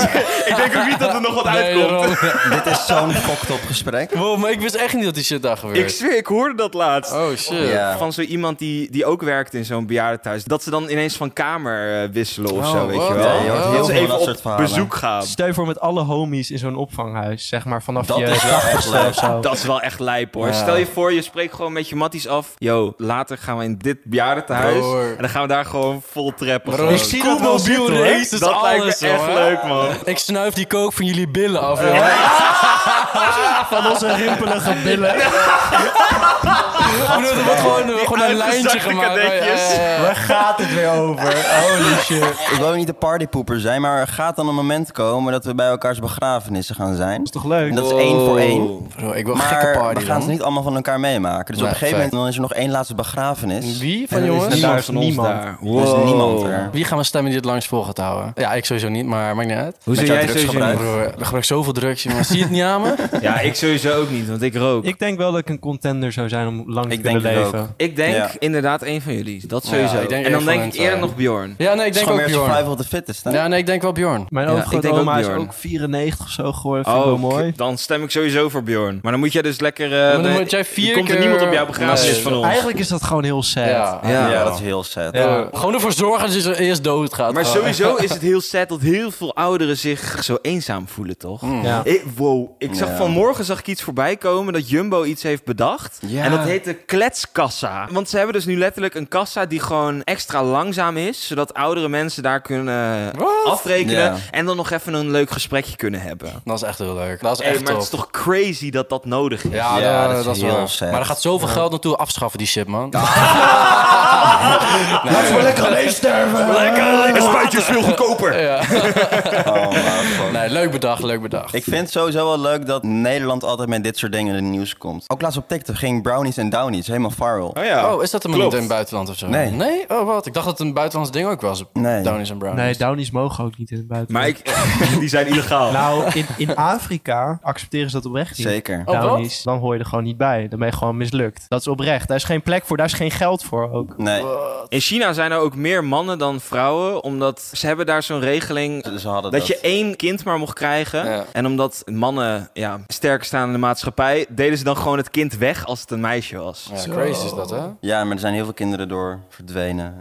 [SPEAKER 2] Ik denk ook niet dat er nog wat
[SPEAKER 4] Nee,
[SPEAKER 2] uitkomt.
[SPEAKER 4] daarom.
[SPEAKER 1] Dit is zo'n *laughs* fucked op gesprek.
[SPEAKER 4] Wow, maar ik wist echt niet dat die shit daar
[SPEAKER 2] Ik
[SPEAKER 4] gebeurt.
[SPEAKER 2] zweer, ik hoorde dat laatst.
[SPEAKER 4] Oh, shit.
[SPEAKER 1] Ja.
[SPEAKER 2] Van zo iemand die, die ook werkt in zo'n bejaardentehuis. Dat ze dan ineens van kamer eh, wisselen of
[SPEAKER 4] Oh,
[SPEAKER 2] zo, weet je
[SPEAKER 4] wow.
[SPEAKER 2] wel.
[SPEAKER 1] Ja, je hoort heel
[SPEAKER 2] dat ze
[SPEAKER 1] veel
[SPEAKER 2] even
[SPEAKER 1] dat
[SPEAKER 2] op
[SPEAKER 1] soort verhalen.
[SPEAKER 2] bezoek gaan.
[SPEAKER 3] Stel je voor met alle homies in zo'n opvanghuis, zeg maar, vanaf
[SPEAKER 1] Dat
[SPEAKER 3] je
[SPEAKER 1] is wel echt
[SPEAKER 3] tachtigste of zo.
[SPEAKER 2] Dat is wel echt lijp hoor.
[SPEAKER 4] Ja.
[SPEAKER 2] Stel je voor, je spreekt gewoon met je matties af. Yo, later gaan we in dit bejaardentehuis.
[SPEAKER 4] Broer.
[SPEAKER 2] En dan gaan we daar gewoon vol trappen.
[SPEAKER 4] Bro,
[SPEAKER 2] gewoon.
[SPEAKER 4] ik zie dat wel
[SPEAKER 2] Koemelbiel
[SPEAKER 4] zitten, hoor.
[SPEAKER 2] races,
[SPEAKER 4] Dat
[SPEAKER 2] Dat lijkt me
[SPEAKER 4] alles,
[SPEAKER 2] echt
[SPEAKER 4] hoor.
[SPEAKER 2] leuk man.
[SPEAKER 4] Ik snuif die kook van jullie billen af, jongen.
[SPEAKER 3] Van onze rimpelige billen.
[SPEAKER 4] Ik bedoel, er wordt gewoon, er wordt gewoon een
[SPEAKER 2] uitgezakte
[SPEAKER 4] lijntje gemaakt.
[SPEAKER 2] kadetjes.
[SPEAKER 4] Ja, ja, ja.
[SPEAKER 3] Waar gaat het weer over? Holy shit.
[SPEAKER 1] Ik wil niet de partypoeper zijn, maar gaat dan een moment komen dat we bij elkaars begrafenissen gaan zijn.
[SPEAKER 3] Toch leuk?
[SPEAKER 1] En dat is één voor één.
[SPEAKER 4] Bro, ik wil een gekke
[SPEAKER 1] Maar we
[SPEAKER 4] party,
[SPEAKER 1] gaan ze
[SPEAKER 4] man.
[SPEAKER 1] niet allemaal van elkaar meemaken. Dus
[SPEAKER 4] Nee,
[SPEAKER 1] op een gegeven
[SPEAKER 4] fact.
[SPEAKER 1] moment dan is er nog één laatste begrafenis.
[SPEAKER 4] Wie van
[SPEAKER 1] En dan is het
[SPEAKER 4] jongens?
[SPEAKER 3] Niemand
[SPEAKER 1] daar-
[SPEAKER 3] van ons
[SPEAKER 2] Niemand.
[SPEAKER 3] daar.
[SPEAKER 1] Er is niemand er.
[SPEAKER 4] Wie gaan we stemmen die het langst vol gaat houden? Ja, ik sowieso niet, maar maakt niet uit.
[SPEAKER 2] Hoe
[SPEAKER 1] Met
[SPEAKER 2] zou
[SPEAKER 1] jouw
[SPEAKER 2] jij sowieso
[SPEAKER 1] drugsgebruik.
[SPEAKER 2] niet?
[SPEAKER 4] Bro, ik gebruik zoveel drugs, jongen. Zie je het niet
[SPEAKER 1] *laughs*
[SPEAKER 4] aan me?
[SPEAKER 2] Ja, ik sowieso ook niet, want ik rook.
[SPEAKER 3] Ik denk wel dat ik een contender zou zijn om lang te
[SPEAKER 1] Ik
[SPEAKER 3] kunnen
[SPEAKER 1] denk het
[SPEAKER 3] leven.
[SPEAKER 1] ook.
[SPEAKER 2] Ik denk
[SPEAKER 1] Ja.
[SPEAKER 2] inderdaad één van jullie. Dat sowieso.
[SPEAKER 4] Ja, ik denk
[SPEAKER 2] en dan
[SPEAKER 4] één van
[SPEAKER 2] denk
[SPEAKER 4] hen
[SPEAKER 2] ik eerder
[SPEAKER 4] twee.
[SPEAKER 2] nog Bjorn.
[SPEAKER 4] Ja, nee, ik
[SPEAKER 1] Het is
[SPEAKER 4] denk
[SPEAKER 1] gewoon
[SPEAKER 4] ook
[SPEAKER 1] meer
[SPEAKER 4] Bjorn.
[SPEAKER 1] survival of the fittest. hè?
[SPEAKER 4] Ja, nee, ik denk wel Bjorn.
[SPEAKER 2] Ja, ik
[SPEAKER 3] Mijn
[SPEAKER 2] denk ook
[SPEAKER 3] overgrootoma is
[SPEAKER 2] Bjorn.
[SPEAKER 3] ook 94 of zo geworden.
[SPEAKER 2] Oh,
[SPEAKER 1] Oh,
[SPEAKER 3] Vind ik wel mooi.
[SPEAKER 2] k- dan stem ik sowieso voor Bjorn. Maar dan moet jij dus lekker... eh,
[SPEAKER 4] dan
[SPEAKER 2] de-
[SPEAKER 4] moet jij vier
[SPEAKER 2] er komt er
[SPEAKER 4] keer- eh,
[SPEAKER 2] niemand op jouw begrafenis
[SPEAKER 4] Nee.
[SPEAKER 2] van ons.
[SPEAKER 3] Eigenlijk is dat gewoon heel sad.
[SPEAKER 4] Ja.
[SPEAKER 2] Ja.
[SPEAKER 1] Ja, dat is heel sad.
[SPEAKER 3] Ja.
[SPEAKER 4] Ja. Gewoon ervoor zorgen dat je zo eerst dood gaat. Ah.
[SPEAKER 2] Maar
[SPEAKER 4] *laughs*
[SPEAKER 2] sowieso is het heel sad dat heel veel ouderen zich zo eenzaam voelen, toch?
[SPEAKER 4] Mm.
[SPEAKER 3] Ja.
[SPEAKER 2] Ik, wow, ik zag
[SPEAKER 1] Ja.
[SPEAKER 2] vanmorgen zag ik iets voorbij komen dat Jumbo iets heeft bedacht.
[SPEAKER 1] Ja.
[SPEAKER 2] En dat heet de kletskassa. Want ze hebben dus nu letterlijk een kassa die gewoon extra langzaam is, zodat oudere mensen daar kunnen eh, afrekenen
[SPEAKER 1] Ja.
[SPEAKER 2] en dan nog even een leuk gesprekje kunnen hebben.
[SPEAKER 4] Dat is echt heel leuk. Dat is
[SPEAKER 2] Hey,
[SPEAKER 4] echt
[SPEAKER 2] maar
[SPEAKER 4] top.
[SPEAKER 2] het is toch crazy dat dat nodig is?
[SPEAKER 4] Ja,
[SPEAKER 1] Ja,
[SPEAKER 4] dat,
[SPEAKER 1] dat is
[SPEAKER 4] dat is
[SPEAKER 1] heel
[SPEAKER 4] wel.
[SPEAKER 1] sad.
[SPEAKER 4] Maar er gaat zoveel geld naartoe afschaffen, die shit, man.
[SPEAKER 3] lekker alleen sterven.
[SPEAKER 2] Een spuitje is veel goedkoper.
[SPEAKER 1] Oh, maar gewoon.
[SPEAKER 4] Nee, leuk bedacht, leuk bedacht.
[SPEAKER 1] Ik vind het sowieso wel leuk dat Nederland altijd met dit soort dingen in het nieuws komt. Ook laatst op TikTok ging brownies en Down iets, helemaal Farrell.
[SPEAKER 2] Oh ja.
[SPEAKER 4] Oh, is dat een
[SPEAKER 2] Klopt.
[SPEAKER 4] niet in het buitenland of zo?
[SPEAKER 1] Nee.
[SPEAKER 4] Nee? Oh, wat? Ik dacht dat het een buitenlands ding ook was.
[SPEAKER 1] Nee.
[SPEAKER 4] Downies en Brownies.
[SPEAKER 3] Nee, Downies mogen ook niet in het buitenland.
[SPEAKER 2] Maar ik, *laughs* die zijn illegaal.
[SPEAKER 3] Nou, in, in Afrika accepteren ze dat oprecht niet.
[SPEAKER 1] Zeker.
[SPEAKER 4] Oh, wat?
[SPEAKER 3] Downies, dan hoor je er gewoon niet bij. Dan ben je gewoon mislukt. Dat is oprecht. Daar is geen plek voor, daar is geen geld voor ook.
[SPEAKER 1] Nee,
[SPEAKER 2] In China zijn er ook meer mannen dan vrouwen, omdat ze hebben daar zo'n regeling
[SPEAKER 1] ze, ze hadden
[SPEAKER 2] dat
[SPEAKER 1] dat.
[SPEAKER 2] je één kind maar mocht krijgen.
[SPEAKER 4] Ja.
[SPEAKER 2] En omdat mannen ja, sterker staan in de maatschappij, deden ze dan gewoon het kind weg als het een meisje was.
[SPEAKER 4] Ja, crazy is dat, hè?
[SPEAKER 1] Ja, maar er zijn heel veel kinderen door verdwenen. En,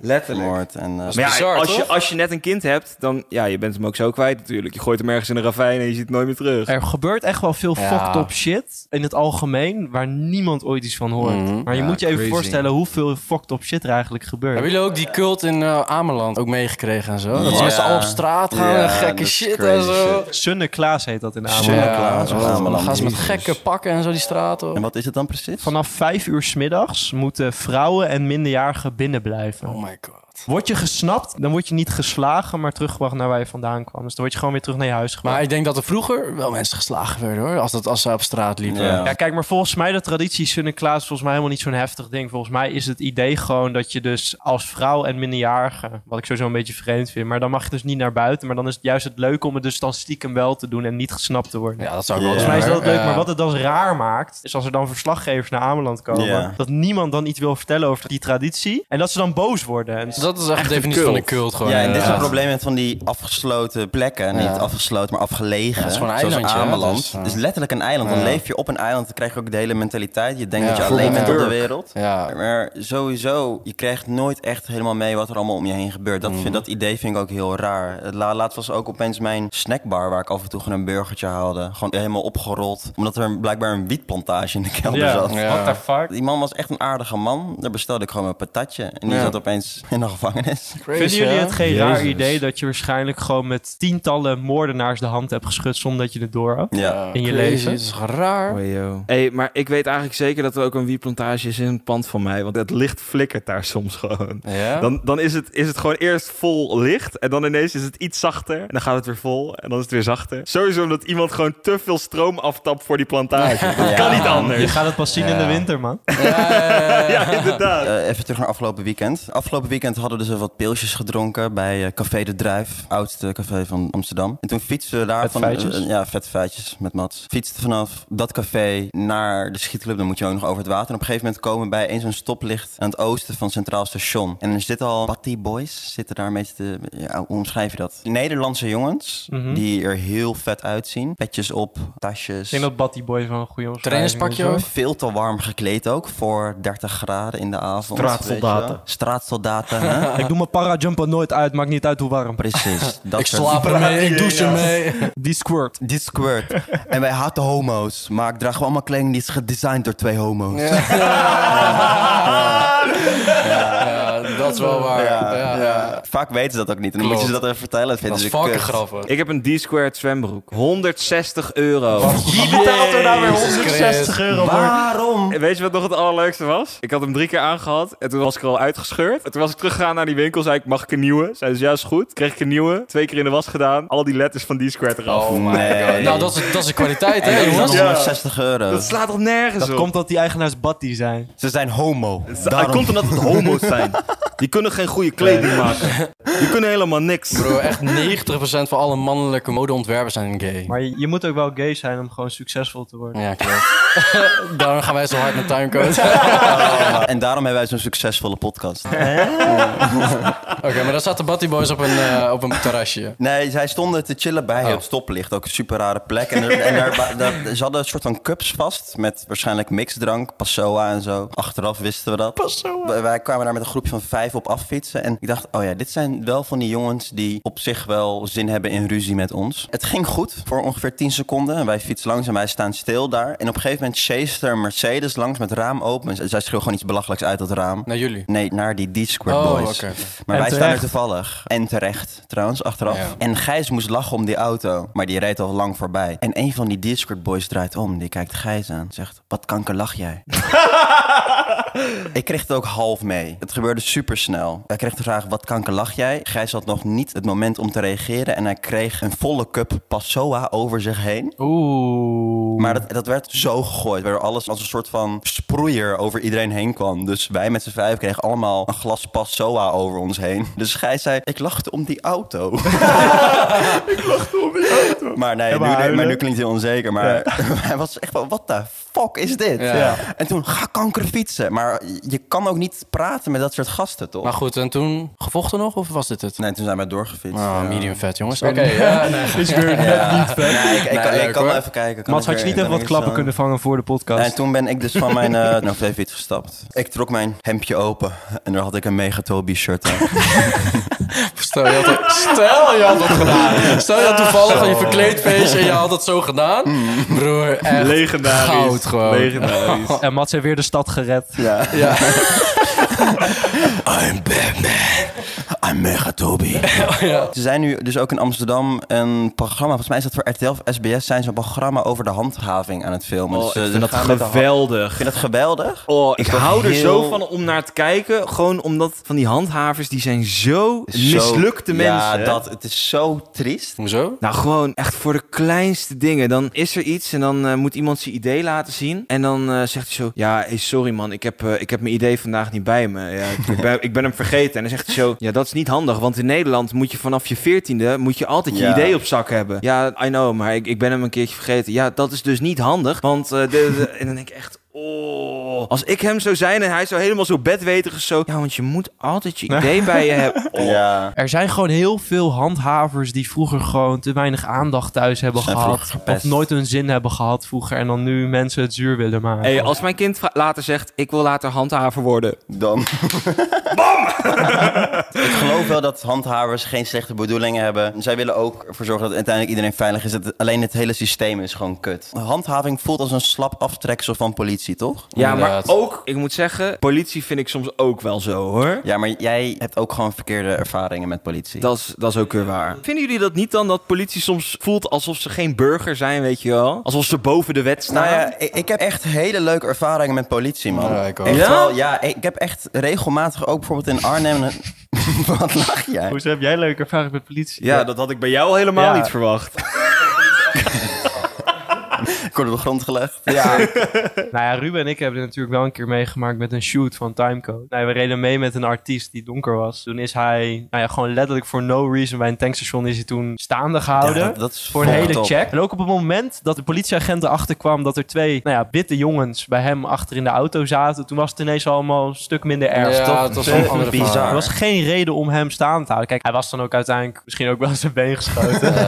[SPEAKER 2] letterlijk.
[SPEAKER 1] vermoord. En, eh,
[SPEAKER 2] Maar ja,
[SPEAKER 4] Bizar,
[SPEAKER 2] als, je,
[SPEAKER 4] toch?
[SPEAKER 2] als je net een kind hebt, dan ja, je bent hem ook zo kwijt natuurlijk. Je gooit hem ergens in een ravijn en je ziet het nooit meer terug.
[SPEAKER 1] Dus-
[SPEAKER 3] Er gebeurt echt wel veel
[SPEAKER 4] Ja.
[SPEAKER 3] fucked up shit in het algemeen waar niemand ooit iets van hoort.
[SPEAKER 4] Mhm.
[SPEAKER 3] Maar je
[SPEAKER 2] Ja,
[SPEAKER 3] moet je even
[SPEAKER 2] crazy.
[SPEAKER 3] voorstellen hoeveel fucked up shit er eigenlijk gebeurt.
[SPEAKER 4] Hebben jullie ook die cult in eh, Ameland ook meegekregen en zo? Dat ze
[SPEAKER 1] Ja.
[SPEAKER 4] met z'n allen op straat gaan
[SPEAKER 1] Ja,
[SPEAKER 4] en
[SPEAKER 1] dat
[SPEAKER 4] gekke
[SPEAKER 1] is
[SPEAKER 4] shit
[SPEAKER 1] crazy
[SPEAKER 4] en zo.
[SPEAKER 1] shit.
[SPEAKER 3] Sunne Klaas heet dat in Ameland.
[SPEAKER 1] Sunne Klaas
[SPEAKER 4] Ja,
[SPEAKER 1] of
[SPEAKER 4] dan
[SPEAKER 1] Ameland.
[SPEAKER 4] gaan ze met
[SPEAKER 1] Jezus.
[SPEAKER 4] gekke pakken en zo die straat op.
[SPEAKER 1] en wat is het dan precies?
[SPEAKER 3] Vanaf vijf uur 's middags moeten vrouwen en minderjarigen binnen blijven.
[SPEAKER 4] Oh my god.
[SPEAKER 3] Word je gesnapt, dan word je niet geslagen, maar teruggebracht naar waar je vandaan kwam. Dus dan word je gewoon weer terug naar je huis gebracht.
[SPEAKER 4] Maar ik denk dat er vroeger wel mensen geslagen werden hoor. Als, dat, als ze op straat liepen.
[SPEAKER 1] Ja.
[SPEAKER 3] Ja, kijk, maar volgens mij de traditie Sinterklaas volgens mij helemaal niet zo'n heftig ding. Volgens mij is het idee gewoon dat je dus als vrouw en minderjarige, wat ik sowieso een beetje vreemd vind, maar dan mag je dus niet naar buiten. Maar dan is het juist het leuk om het dus dan stiekem wel te doen en niet gesnapt te worden.
[SPEAKER 4] Ja, dat zou ik wel
[SPEAKER 1] Ja.
[SPEAKER 4] doen,
[SPEAKER 3] Volgens mij is dat
[SPEAKER 4] hoor.
[SPEAKER 3] leuk,
[SPEAKER 4] Ja.
[SPEAKER 3] maar wat het dan raar maakt, is als er dan verslaggevers naar Ameland komen,
[SPEAKER 1] Ja.
[SPEAKER 3] dat niemand dan iets wil vertellen over die traditie en dat ze dan boos worden. En
[SPEAKER 4] Dat is echt, de definitie
[SPEAKER 2] cult.
[SPEAKER 4] van een cult gewoon. eh,
[SPEAKER 1] ja, en dit is het
[SPEAKER 4] inderdaad.
[SPEAKER 1] probleem met van die afgesloten plekken.
[SPEAKER 4] Ja.
[SPEAKER 1] Niet afgesloten, maar afgelegen.
[SPEAKER 4] Ja, het is gewoon een
[SPEAKER 1] Zoals
[SPEAKER 4] eilandje, hè?
[SPEAKER 1] Ameland.
[SPEAKER 4] Dus, ja.
[SPEAKER 1] Het is letterlijk een eiland. Dan
[SPEAKER 4] Ja.
[SPEAKER 1] leef je op een eiland. Dan krijg je ook de hele mentaliteit. Je denkt
[SPEAKER 4] Ja,
[SPEAKER 1] dat je alleen bent op de
[SPEAKER 2] Burk.
[SPEAKER 1] wereld.
[SPEAKER 4] Ja.
[SPEAKER 1] Maar sowieso, je krijgt nooit echt helemaal mee wat er allemaal om je heen gebeurt. Dat,
[SPEAKER 4] Mhm.
[SPEAKER 1] vind, dat idee vind ik ook heel raar. Het La, laatst was ook opeens mijn snackbar waar ik af en toe gewoon een burgertje haalde. Gewoon helemaal opgerold. Omdat er blijkbaar een wietplantage in de kelder
[SPEAKER 3] ja,
[SPEAKER 1] zat.
[SPEAKER 4] Ja.
[SPEAKER 3] what the fuck.
[SPEAKER 1] Die man was echt een aardige man. Daar bestelde ik gewoon een patatje. En die
[SPEAKER 4] Ja.
[SPEAKER 1] zat opeens in de gevangenis.
[SPEAKER 3] Vinden jullie het geen raar
[SPEAKER 2] Jezus.
[SPEAKER 3] idee dat je waarschijnlijk gewoon met tientallen moordenaars de hand hebt geschud zonder dat je het door had?
[SPEAKER 1] Ja.
[SPEAKER 3] in je leven?
[SPEAKER 4] Het is raar.
[SPEAKER 2] Hey, maar ik weet eigenlijk zeker dat er ook een wieplantage is in het pand van mij, want het licht flikkert daar soms gewoon.
[SPEAKER 4] Ja?
[SPEAKER 2] Dan, dan is, het, is het gewoon eerst vol licht en dan ineens is het iets zachter en dan gaat het weer vol en dan is het weer zachter. Sowieso omdat iemand gewoon te veel stroom aftapt voor die
[SPEAKER 3] *laughs*
[SPEAKER 2] plantage. Dat kan niet
[SPEAKER 3] Je
[SPEAKER 2] anders.
[SPEAKER 3] gaat het pas zien in de winter, man.
[SPEAKER 2] *laughs* Ja, inderdaad.
[SPEAKER 1] Eh, even terug naar afgelopen weekend. Afgelopen weekend hadden we dus wat pilsjes gedronken bij eh, Café de Druif, oudste café van Amsterdam. En toen fietsten we daar
[SPEAKER 3] Vet
[SPEAKER 1] van
[SPEAKER 3] feitjes?
[SPEAKER 1] eh, ja, vet feitjes met Mats. Fietsten vanaf dat café naar de schietclub. Dan moet je ook nog over het water. En op een gegeven moment komen we bij een zo'n stoplicht aan het oosten van Centraal Station. En er zitten al Batty Boys zitten daar een beetje te. Ja, hoe omschrijf je dat? Nederlandse jongens
[SPEAKER 3] Mhm.
[SPEAKER 1] die er heel vet uitzien. Petjes op, tasjes.
[SPEAKER 3] Ik denk dat Batty Boy van een goede omschrijving
[SPEAKER 4] Trainerspakje
[SPEAKER 3] is, hoor.
[SPEAKER 4] ook?
[SPEAKER 1] Veel te warm gekleed ook voor 30 graden in de avond.
[SPEAKER 2] Straatsoldaten.
[SPEAKER 1] weet je wel. Straatsoldaten,
[SPEAKER 4] *laughs*
[SPEAKER 1] hè?
[SPEAKER 3] Ik doe mijn parajumper nooit uit, maakt niet uit hoe warm.
[SPEAKER 1] Precies. Dat
[SPEAKER 4] Ik
[SPEAKER 1] soort- *laughs*
[SPEAKER 4] slaap ermee, ik douche ermee.
[SPEAKER 3] Die squirt.
[SPEAKER 1] Dit squirt. en wij haten homo's, maar ik draag wel allemaal kleding die is gedesigned door twee homo's.
[SPEAKER 4] *laughs* Ja, dat is wel waar. Ja, ja.
[SPEAKER 1] Vaak weten ze dat ook niet. En dan moet je ze dat even vertellen. Dat
[SPEAKER 4] Dat
[SPEAKER 1] vinden
[SPEAKER 4] is
[SPEAKER 1] ze
[SPEAKER 4] fucking
[SPEAKER 1] kut.
[SPEAKER 4] grappig.
[SPEAKER 2] Ik heb een D-squared zwembroek. 160 euro.
[SPEAKER 3] Wie betaalt er nou weer
[SPEAKER 4] Jezus
[SPEAKER 3] 160 euro voor?
[SPEAKER 1] Waarom?
[SPEAKER 2] En Weet je wat nog het allerleukste was? Ik had hem drie keer aangehad en toen was ik er al uitgescheurd. En toen was ik teruggegaan naar die winkel, zei ik, mag ik een nieuwe? Zei ze, ja is goed. Kreeg ik een nieuwe, twee keer in de was gedaan. Al die letters van D-squared eraf.
[SPEAKER 4] Oh
[SPEAKER 1] Nee.
[SPEAKER 4] Nou, dat is, dat is de kwaliteit, hè,
[SPEAKER 1] En dat
[SPEAKER 4] jongens?
[SPEAKER 1] is
[SPEAKER 2] Ja.
[SPEAKER 1] 160 euro.
[SPEAKER 2] Dat slaat toch nergens
[SPEAKER 3] Dat
[SPEAKER 2] op?
[SPEAKER 3] komt dat die eigenaars Batty zijn.
[SPEAKER 1] Ze zijn homo.
[SPEAKER 2] Dat komt omdat het homo's zijn. Die kunnen geen goede kleding maken. Die kunnen helemaal niks.
[SPEAKER 4] Bro, echt 90% van alle mannelijke modeontwerpers zijn gay.
[SPEAKER 3] Maar je, je moet ook wel gay zijn om gewoon succesvol te worden.
[SPEAKER 4] Ja, klopt. *laughs* Daarom gaan wij zo hard naar *laughs* timecode.
[SPEAKER 1] En daarom hebben wij zo'n succesvolle podcast.
[SPEAKER 4] Oké, maar daar zaten Batty Boys op een, eh, op een terrasje.
[SPEAKER 1] Nee, zij stonden te chillen
[SPEAKER 4] Oh.
[SPEAKER 1] bij het stoplicht. Ook een super rare plek. En, er- en daar, daar- ze hadden een soort van cups vast. Met waarschijnlijk mixdrank, passoa en zo. Achteraf wisten we dat. Passoa. Wij kwamen daar met een groepje van vijf op affietsen. En ik dacht, oh ja, dit zijn wel van die jongens die op zich wel zin hebben in ruzie met ons. Het ging goed voor ongeveer 10 seconden. En wij fietsen langs en wij staan stil daar. En op een gegeven moment chase er een Mercedes langs met raam open. En zij schreeuw gewoon iets belachelijks uit dat raam.
[SPEAKER 4] Naar jullie.
[SPEAKER 1] Nee, naar die D-Square
[SPEAKER 4] Oh,
[SPEAKER 1] Boys.
[SPEAKER 4] oké.
[SPEAKER 1] Maar
[SPEAKER 3] En
[SPEAKER 1] wij staan er
[SPEAKER 3] terecht.
[SPEAKER 1] toevallig. En terecht, trouwens, achteraf.
[SPEAKER 4] Ja.
[SPEAKER 1] En Gijs moest lachen om die auto, maar die reed al lang voorbij. En een van die Discord boys draait om, die kijkt Gijs aan. Zegt, wat kanker lach jij? ik kreeg het ook half mee. Het gebeurde supersnel. Hij kreeg de vraag, wat kanker lach jij? Gijs had nog niet het moment om te reageren. En hij kreeg een volle cup Passoa over zich heen.
[SPEAKER 3] Oeh.
[SPEAKER 1] Maar dat, dat werd zo gegooid, waardoor alles als een soort van sproeier over iedereen heen kwam. Dus wij met z'n vijf kregen allemaal een glas pas soa over ons heen. Dus Gij zei, ik lachte om die auto. ik lachte om die auto. Maar nee,
[SPEAKER 3] Ja, maar
[SPEAKER 1] nu,
[SPEAKER 3] huilen.
[SPEAKER 1] maar nu klinkt hij onzeker. Maar *laughs* hij was echt van, wat de fuck is dit?
[SPEAKER 4] Ja.
[SPEAKER 3] Ja.
[SPEAKER 1] En toen, ga kanker fietsen. Maar je kan ook niet praten met dat soort gasten, toch?
[SPEAKER 4] Maar goed, en toen gevochten nog of was dit het?
[SPEAKER 1] Nee, toen zijn wij doorgefietst.
[SPEAKER 3] Oh,
[SPEAKER 4] Ah,
[SPEAKER 1] Ja.
[SPEAKER 4] medium vet, jongens. Oké, ja, nee.
[SPEAKER 3] Is weer *laughs*
[SPEAKER 1] Ja. Nee, ik, ik,
[SPEAKER 4] Nee,
[SPEAKER 1] kan- ik
[SPEAKER 4] leuk,
[SPEAKER 1] kan
[SPEAKER 4] hoor.
[SPEAKER 1] wel even kijken. kan
[SPEAKER 3] Mats,
[SPEAKER 1] ik
[SPEAKER 3] had
[SPEAKER 1] weer-
[SPEAKER 3] je niet even
[SPEAKER 1] kan
[SPEAKER 3] wat
[SPEAKER 1] ik
[SPEAKER 3] klappen
[SPEAKER 1] zo-
[SPEAKER 3] kunnen vangen voor de podcast?
[SPEAKER 1] En toen ben ik dus van mijn
[SPEAKER 2] *laughs*
[SPEAKER 1] eh NoFave-fiets gestapt. Ik trok mijn hemdje open en daar had ik een mega Toby-shirt
[SPEAKER 2] *laughs*
[SPEAKER 1] aan.
[SPEAKER 4] *laughs* Stel je had dat, stel je had dat gedaan. Stel je had toevallig aan je verkleedfeestje en je had dat zo gedaan. Broer, echt
[SPEAKER 2] Legendarisch.
[SPEAKER 4] goud gewoon.
[SPEAKER 2] Legendarisch.
[SPEAKER 3] En Mats heeft weer de stad gered.
[SPEAKER 1] ja.
[SPEAKER 4] Ja.
[SPEAKER 1] *laughs* I'm Batman. I'm mega
[SPEAKER 2] *laughs*
[SPEAKER 1] Toby. Ze zijn nu dus ook in Amsterdam een programma, volgens mij is dat voor RTL of SBS, zijn ze een programma over de handhaving aan het filmen.
[SPEAKER 2] Oh,
[SPEAKER 1] Dus, eh,
[SPEAKER 2] ik
[SPEAKER 1] ze
[SPEAKER 2] vind dat
[SPEAKER 1] gaan met de hand-
[SPEAKER 2] geweldig.
[SPEAKER 1] Ik vind dat geweldig.
[SPEAKER 2] Oh, ik
[SPEAKER 1] is toch
[SPEAKER 2] hou er zo
[SPEAKER 1] heel-
[SPEAKER 2] van om naar te kijken. Gewoon omdat van die handhavers, die zijn zo mislukte
[SPEAKER 1] Zo-
[SPEAKER 2] mensen.
[SPEAKER 1] Ja, dat, het is zo triest.
[SPEAKER 4] Hoezo?
[SPEAKER 2] Nou, gewoon echt voor de kleinste dingen. Dan is er iets en dan eh, moet iemand zijn idee laten zien. En dan eh, zegt hij zo... Ja, hey, sorry man, ik heb, eh, ik heb mijn idee vandaag niet bij me. Ja, ik,
[SPEAKER 1] *laughs*
[SPEAKER 2] ik ben, ik ben hem vergeten. En dan zegt hij zo... Ja, dat is niet handig, want in Nederland moet je vanaf je veertiende... moet je altijd je
[SPEAKER 1] Ja.
[SPEAKER 2] idee op zak hebben. Ja, I know, maar ik, ik ben hem een keertje vergeten. Ja, dat is dus niet handig, want... eh, de, de- en dan denk ik echt... Oh, als ik hem zou zijn en hij zou helemaal zo bedweterig zo... Ja, want je moet
[SPEAKER 1] *laughs*
[SPEAKER 2] altijd je idee bij je hebben. Oh.
[SPEAKER 1] Ja.
[SPEAKER 3] Er zijn gewoon heel veel handhavers die vroeger gewoon te weinig aandacht thuis hebben
[SPEAKER 1] Zijn vroeger
[SPEAKER 3] gehad. Of
[SPEAKER 1] gepest.
[SPEAKER 3] nooit hun zin hebben gehad vroeger. En dan nu mensen het zuur willen maken.
[SPEAKER 2] Hey, als mijn kind vra- later zegt, ik wil later handhaver worden.
[SPEAKER 1] Dan. Bam! *laughs* ik geloof wel dat handhavers geen slechte bedoelingen hebben. Zij willen ook ervoor zorgen dat uiteindelijk iedereen veilig is. Het- alleen het hele systeem is gewoon kut. Handhaving voelt als een slap aftreksel van politie, toch?
[SPEAKER 2] Ja,
[SPEAKER 4] Inderdaad.
[SPEAKER 2] maar ook, ik moet zeggen, politie vind ik soms ook wel zo hoor.
[SPEAKER 1] Ja, maar jij hebt ook gewoon verkeerde ervaringen met politie.
[SPEAKER 2] Dat is, dat is ook weer waar. Vinden jullie dat niet dan dat politie soms voelt alsof ze geen burger zijn, weet je wel? Alsof ze boven de wet staan?
[SPEAKER 1] nou ja, ik, ik heb echt hele leuke ervaringen met politie, man.
[SPEAKER 4] Ja, ik ook.
[SPEAKER 1] Echt
[SPEAKER 2] Ja?
[SPEAKER 1] wel, ja, ik heb echt regelmatig ook bijvoorbeeld in Arnhem... een- *laughs* Wat lach jij?
[SPEAKER 3] Hoezo heb jij leuke ervaring met politie?
[SPEAKER 2] Ja, dat had ik bij jou helemaal
[SPEAKER 3] Ja.
[SPEAKER 2] niet verwacht.
[SPEAKER 1] Ik word op de grond gelegd.
[SPEAKER 3] Ja. nou ja, Ruben en ik hebben het natuurlijk wel een keer meegemaakt met een shoot van Timecode. Nee, we reden mee met een artiest die donker was. Toen is hij, nou ja, gewoon letterlijk voor no reason bij een tankstation is hij toen staande gehouden.
[SPEAKER 1] Ja, dat- dat is
[SPEAKER 3] voor een
[SPEAKER 1] fucked
[SPEAKER 3] hele
[SPEAKER 1] up.
[SPEAKER 3] check. En ook op het moment dat de politieagent erachter kwam dat er twee, nou ja, witte jongens bij hem achter in de auto zaten. Toen was het ineens allemaal een stuk minder erg.
[SPEAKER 4] ja,
[SPEAKER 1] toch
[SPEAKER 4] het was
[SPEAKER 1] te
[SPEAKER 4] wel een andere
[SPEAKER 1] bizar.
[SPEAKER 4] vraag.
[SPEAKER 3] Er was geen reden om hem staan te houden. Kijk, hij was dan ook uiteindelijk misschien ook wel zijn been geschoten.
[SPEAKER 1] *laughs*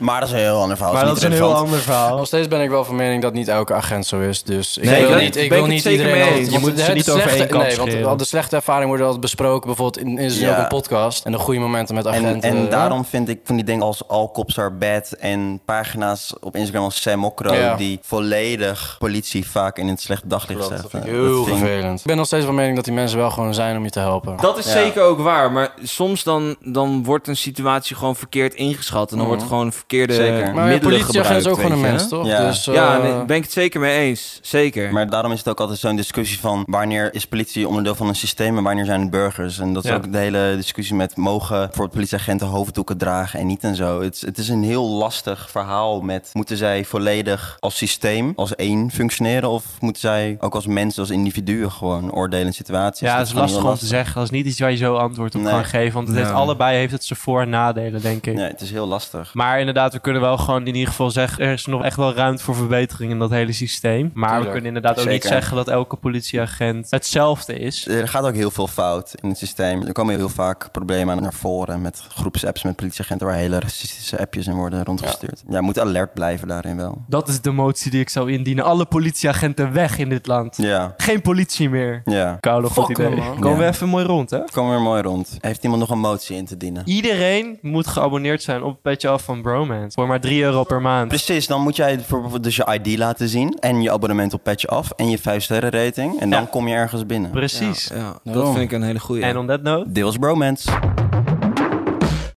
[SPEAKER 1] Maar dat is een heel ander verhaal.
[SPEAKER 3] maar dat
[SPEAKER 1] niet
[SPEAKER 3] is een heel
[SPEAKER 1] relevant.
[SPEAKER 3] ander verhaal.
[SPEAKER 4] Nog steeds ben ik wel van mening dat niet elke agent zo is. Dus ik
[SPEAKER 2] Nee,
[SPEAKER 4] wil
[SPEAKER 2] ik-
[SPEAKER 4] niet,
[SPEAKER 2] ben
[SPEAKER 4] ik wil
[SPEAKER 2] ik het
[SPEAKER 4] niet
[SPEAKER 2] zeker
[SPEAKER 4] iedereen...
[SPEAKER 2] mee
[SPEAKER 4] altijd-
[SPEAKER 2] eens.
[SPEAKER 4] je moet
[SPEAKER 3] het is
[SPEAKER 4] het
[SPEAKER 3] niet over
[SPEAKER 4] slechte-
[SPEAKER 3] één kant
[SPEAKER 4] Nee, want
[SPEAKER 3] scheren.
[SPEAKER 4] de slechte ervaringen worden altijd besproken. Bijvoorbeeld in, is er
[SPEAKER 1] Ja.
[SPEAKER 4] ook een podcast. En de goede momenten met
[SPEAKER 1] En,
[SPEAKER 4] agenten.
[SPEAKER 1] en
[SPEAKER 4] ja.
[SPEAKER 1] daarom vind ik van die dingen als All Cops Are Bad en pagina's op Instagram als Sam Mokro...
[SPEAKER 4] Ja.
[SPEAKER 1] die volledig politie vaak in het slecht daglicht
[SPEAKER 4] Klopt, dat
[SPEAKER 1] zetten.
[SPEAKER 4] vind ik heel
[SPEAKER 1] vind ik-
[SPEAKER 4] vervelend. Ik ben nog steeds van mening dat die mensen wel gewoon zijn om je te helpen.
[SPEAKER 2] Dat is
[SPEAKER 1] Ja.
[SPEAKER 2] zeker ook waar, maar soms dan, dan wordt een situatie gewoon verkeerd ingeschat. En dan wordt gewoon een verkeerde
[SPEAKER 1] Zeker.
[SPEAKER 2] middelen
[SPEAKER 4] maar een politieagent
[SPEAKER 2] gebruikt,
[SPEAKER 4] is ook gewoon
[SPEAKER 2] weet
[SPEAKER 4] een
[SPEAKER 2] je,
[SPEAKER 4] mens,
[SPEAKER 2] hè?
[SPEAKER 4] toch?
[SPEAKER 1] Ja.
[SPEAKER 4] Dus, eh,
[SPEAKER 2] Ja, nee, ben ik het zeker mee eens. Zeker.
[SPEAKER 1] Maar daarom is het ook altijd zo'n discussie van... wanneer is politie onderdeel van een systeem en wanneer zijn het burgers? En dat is
[SPEAKER 3] Ja.
[SPEAKER 1] ook de hele discussie met... mogen voor politieagenten hoofddoeken dragen en niet en zo. Het, is- het is een heel lastig verhaal met... moeten zij volledig als systeem, als één functioneren... of moeten zij ook als mensen, als individuen gewoon oordelen in situaties? Dus Dat
[SPEAKER 3] Ja, het is
[SPEAKER 1] gewoon heel
[SPEAKER 3] lastig om te zeggen. Dat is niet iets waar je zo antwoord op
[SPEAKER 1] Nee.
[SPEAKER 3] kan geven. Want het heeft
[SPEAKER 2] Nou.
[SPEAKER 3] allebei heeft het zijn voor- en nadelen, denk ik.
[SPEAKER 1] Nee, het is heel lastig.
[SPEAKER 3] Maar inderdaad, we kunnen wel gewoon in ieder geval zeggen... er is nog echt wel ruimte voor verbetering in dat hele systeem. Maar we
[SPEAKER 4] Tuurlijk.
[SPEAKER 3] kunnen inderdaad ook niet
[SPEAKER 1] Zeker.
[SPEAKER 3] zeggen dat elke politieagent hetzelfde is.
[SPEAKER 1] Er gaat ook heel veel fout in het systeem. Er komen heel vaak problemen aan naar voren met groepsapps met politieagenten waar hele racistische appjes in worden rondgestuurd. Ja, je moet alert blijven daarin wel.
[SPEAKER 3] Dat is de motie die ik zou indienen. Alle politieagenten weg in dit land.
[SPEAKER 1] Ja,
[SPEAKER 3] Geen politie meer.
[SPEAKER 1] ja.
[SPEAKER 3] Koude goed
[SPEAKER 4] Fuck
[SPEAKER 3] idee.
[SPEAKER 4] hem, man.
[SPEAKER 3] Komen we
[SPEAKER 1] Ja.
[SPEAKER 3] even mooi rond, hè?
[SPEAKER 1] Het kwam weer mooi rond. Heeft iemand nog een motie in te dienen?
[SPEAKER 3] Iedereen moet geabonneerd zijn op het petje af van Bromance. Voor maar 3 euro per maand.
[SPEAKER 1] Precies, dan moet jij bijvoorbeeld dus je ID laten zien en je abonnement op Patch Af en je 5 sterren rating en dan
[SPEAKER 3] Ja.
[SPEAKER 1] kom je ergens binnen.
[SPEAKER 3] Precies.
[SPEAKER 2] Ja, dat
[SPEAKER 4] Daarom.
[SPEAKER 2] vind ik een hele goede.
[SPEAKER 3] En on that note...
[SPEAKER 1] Deels Bromance.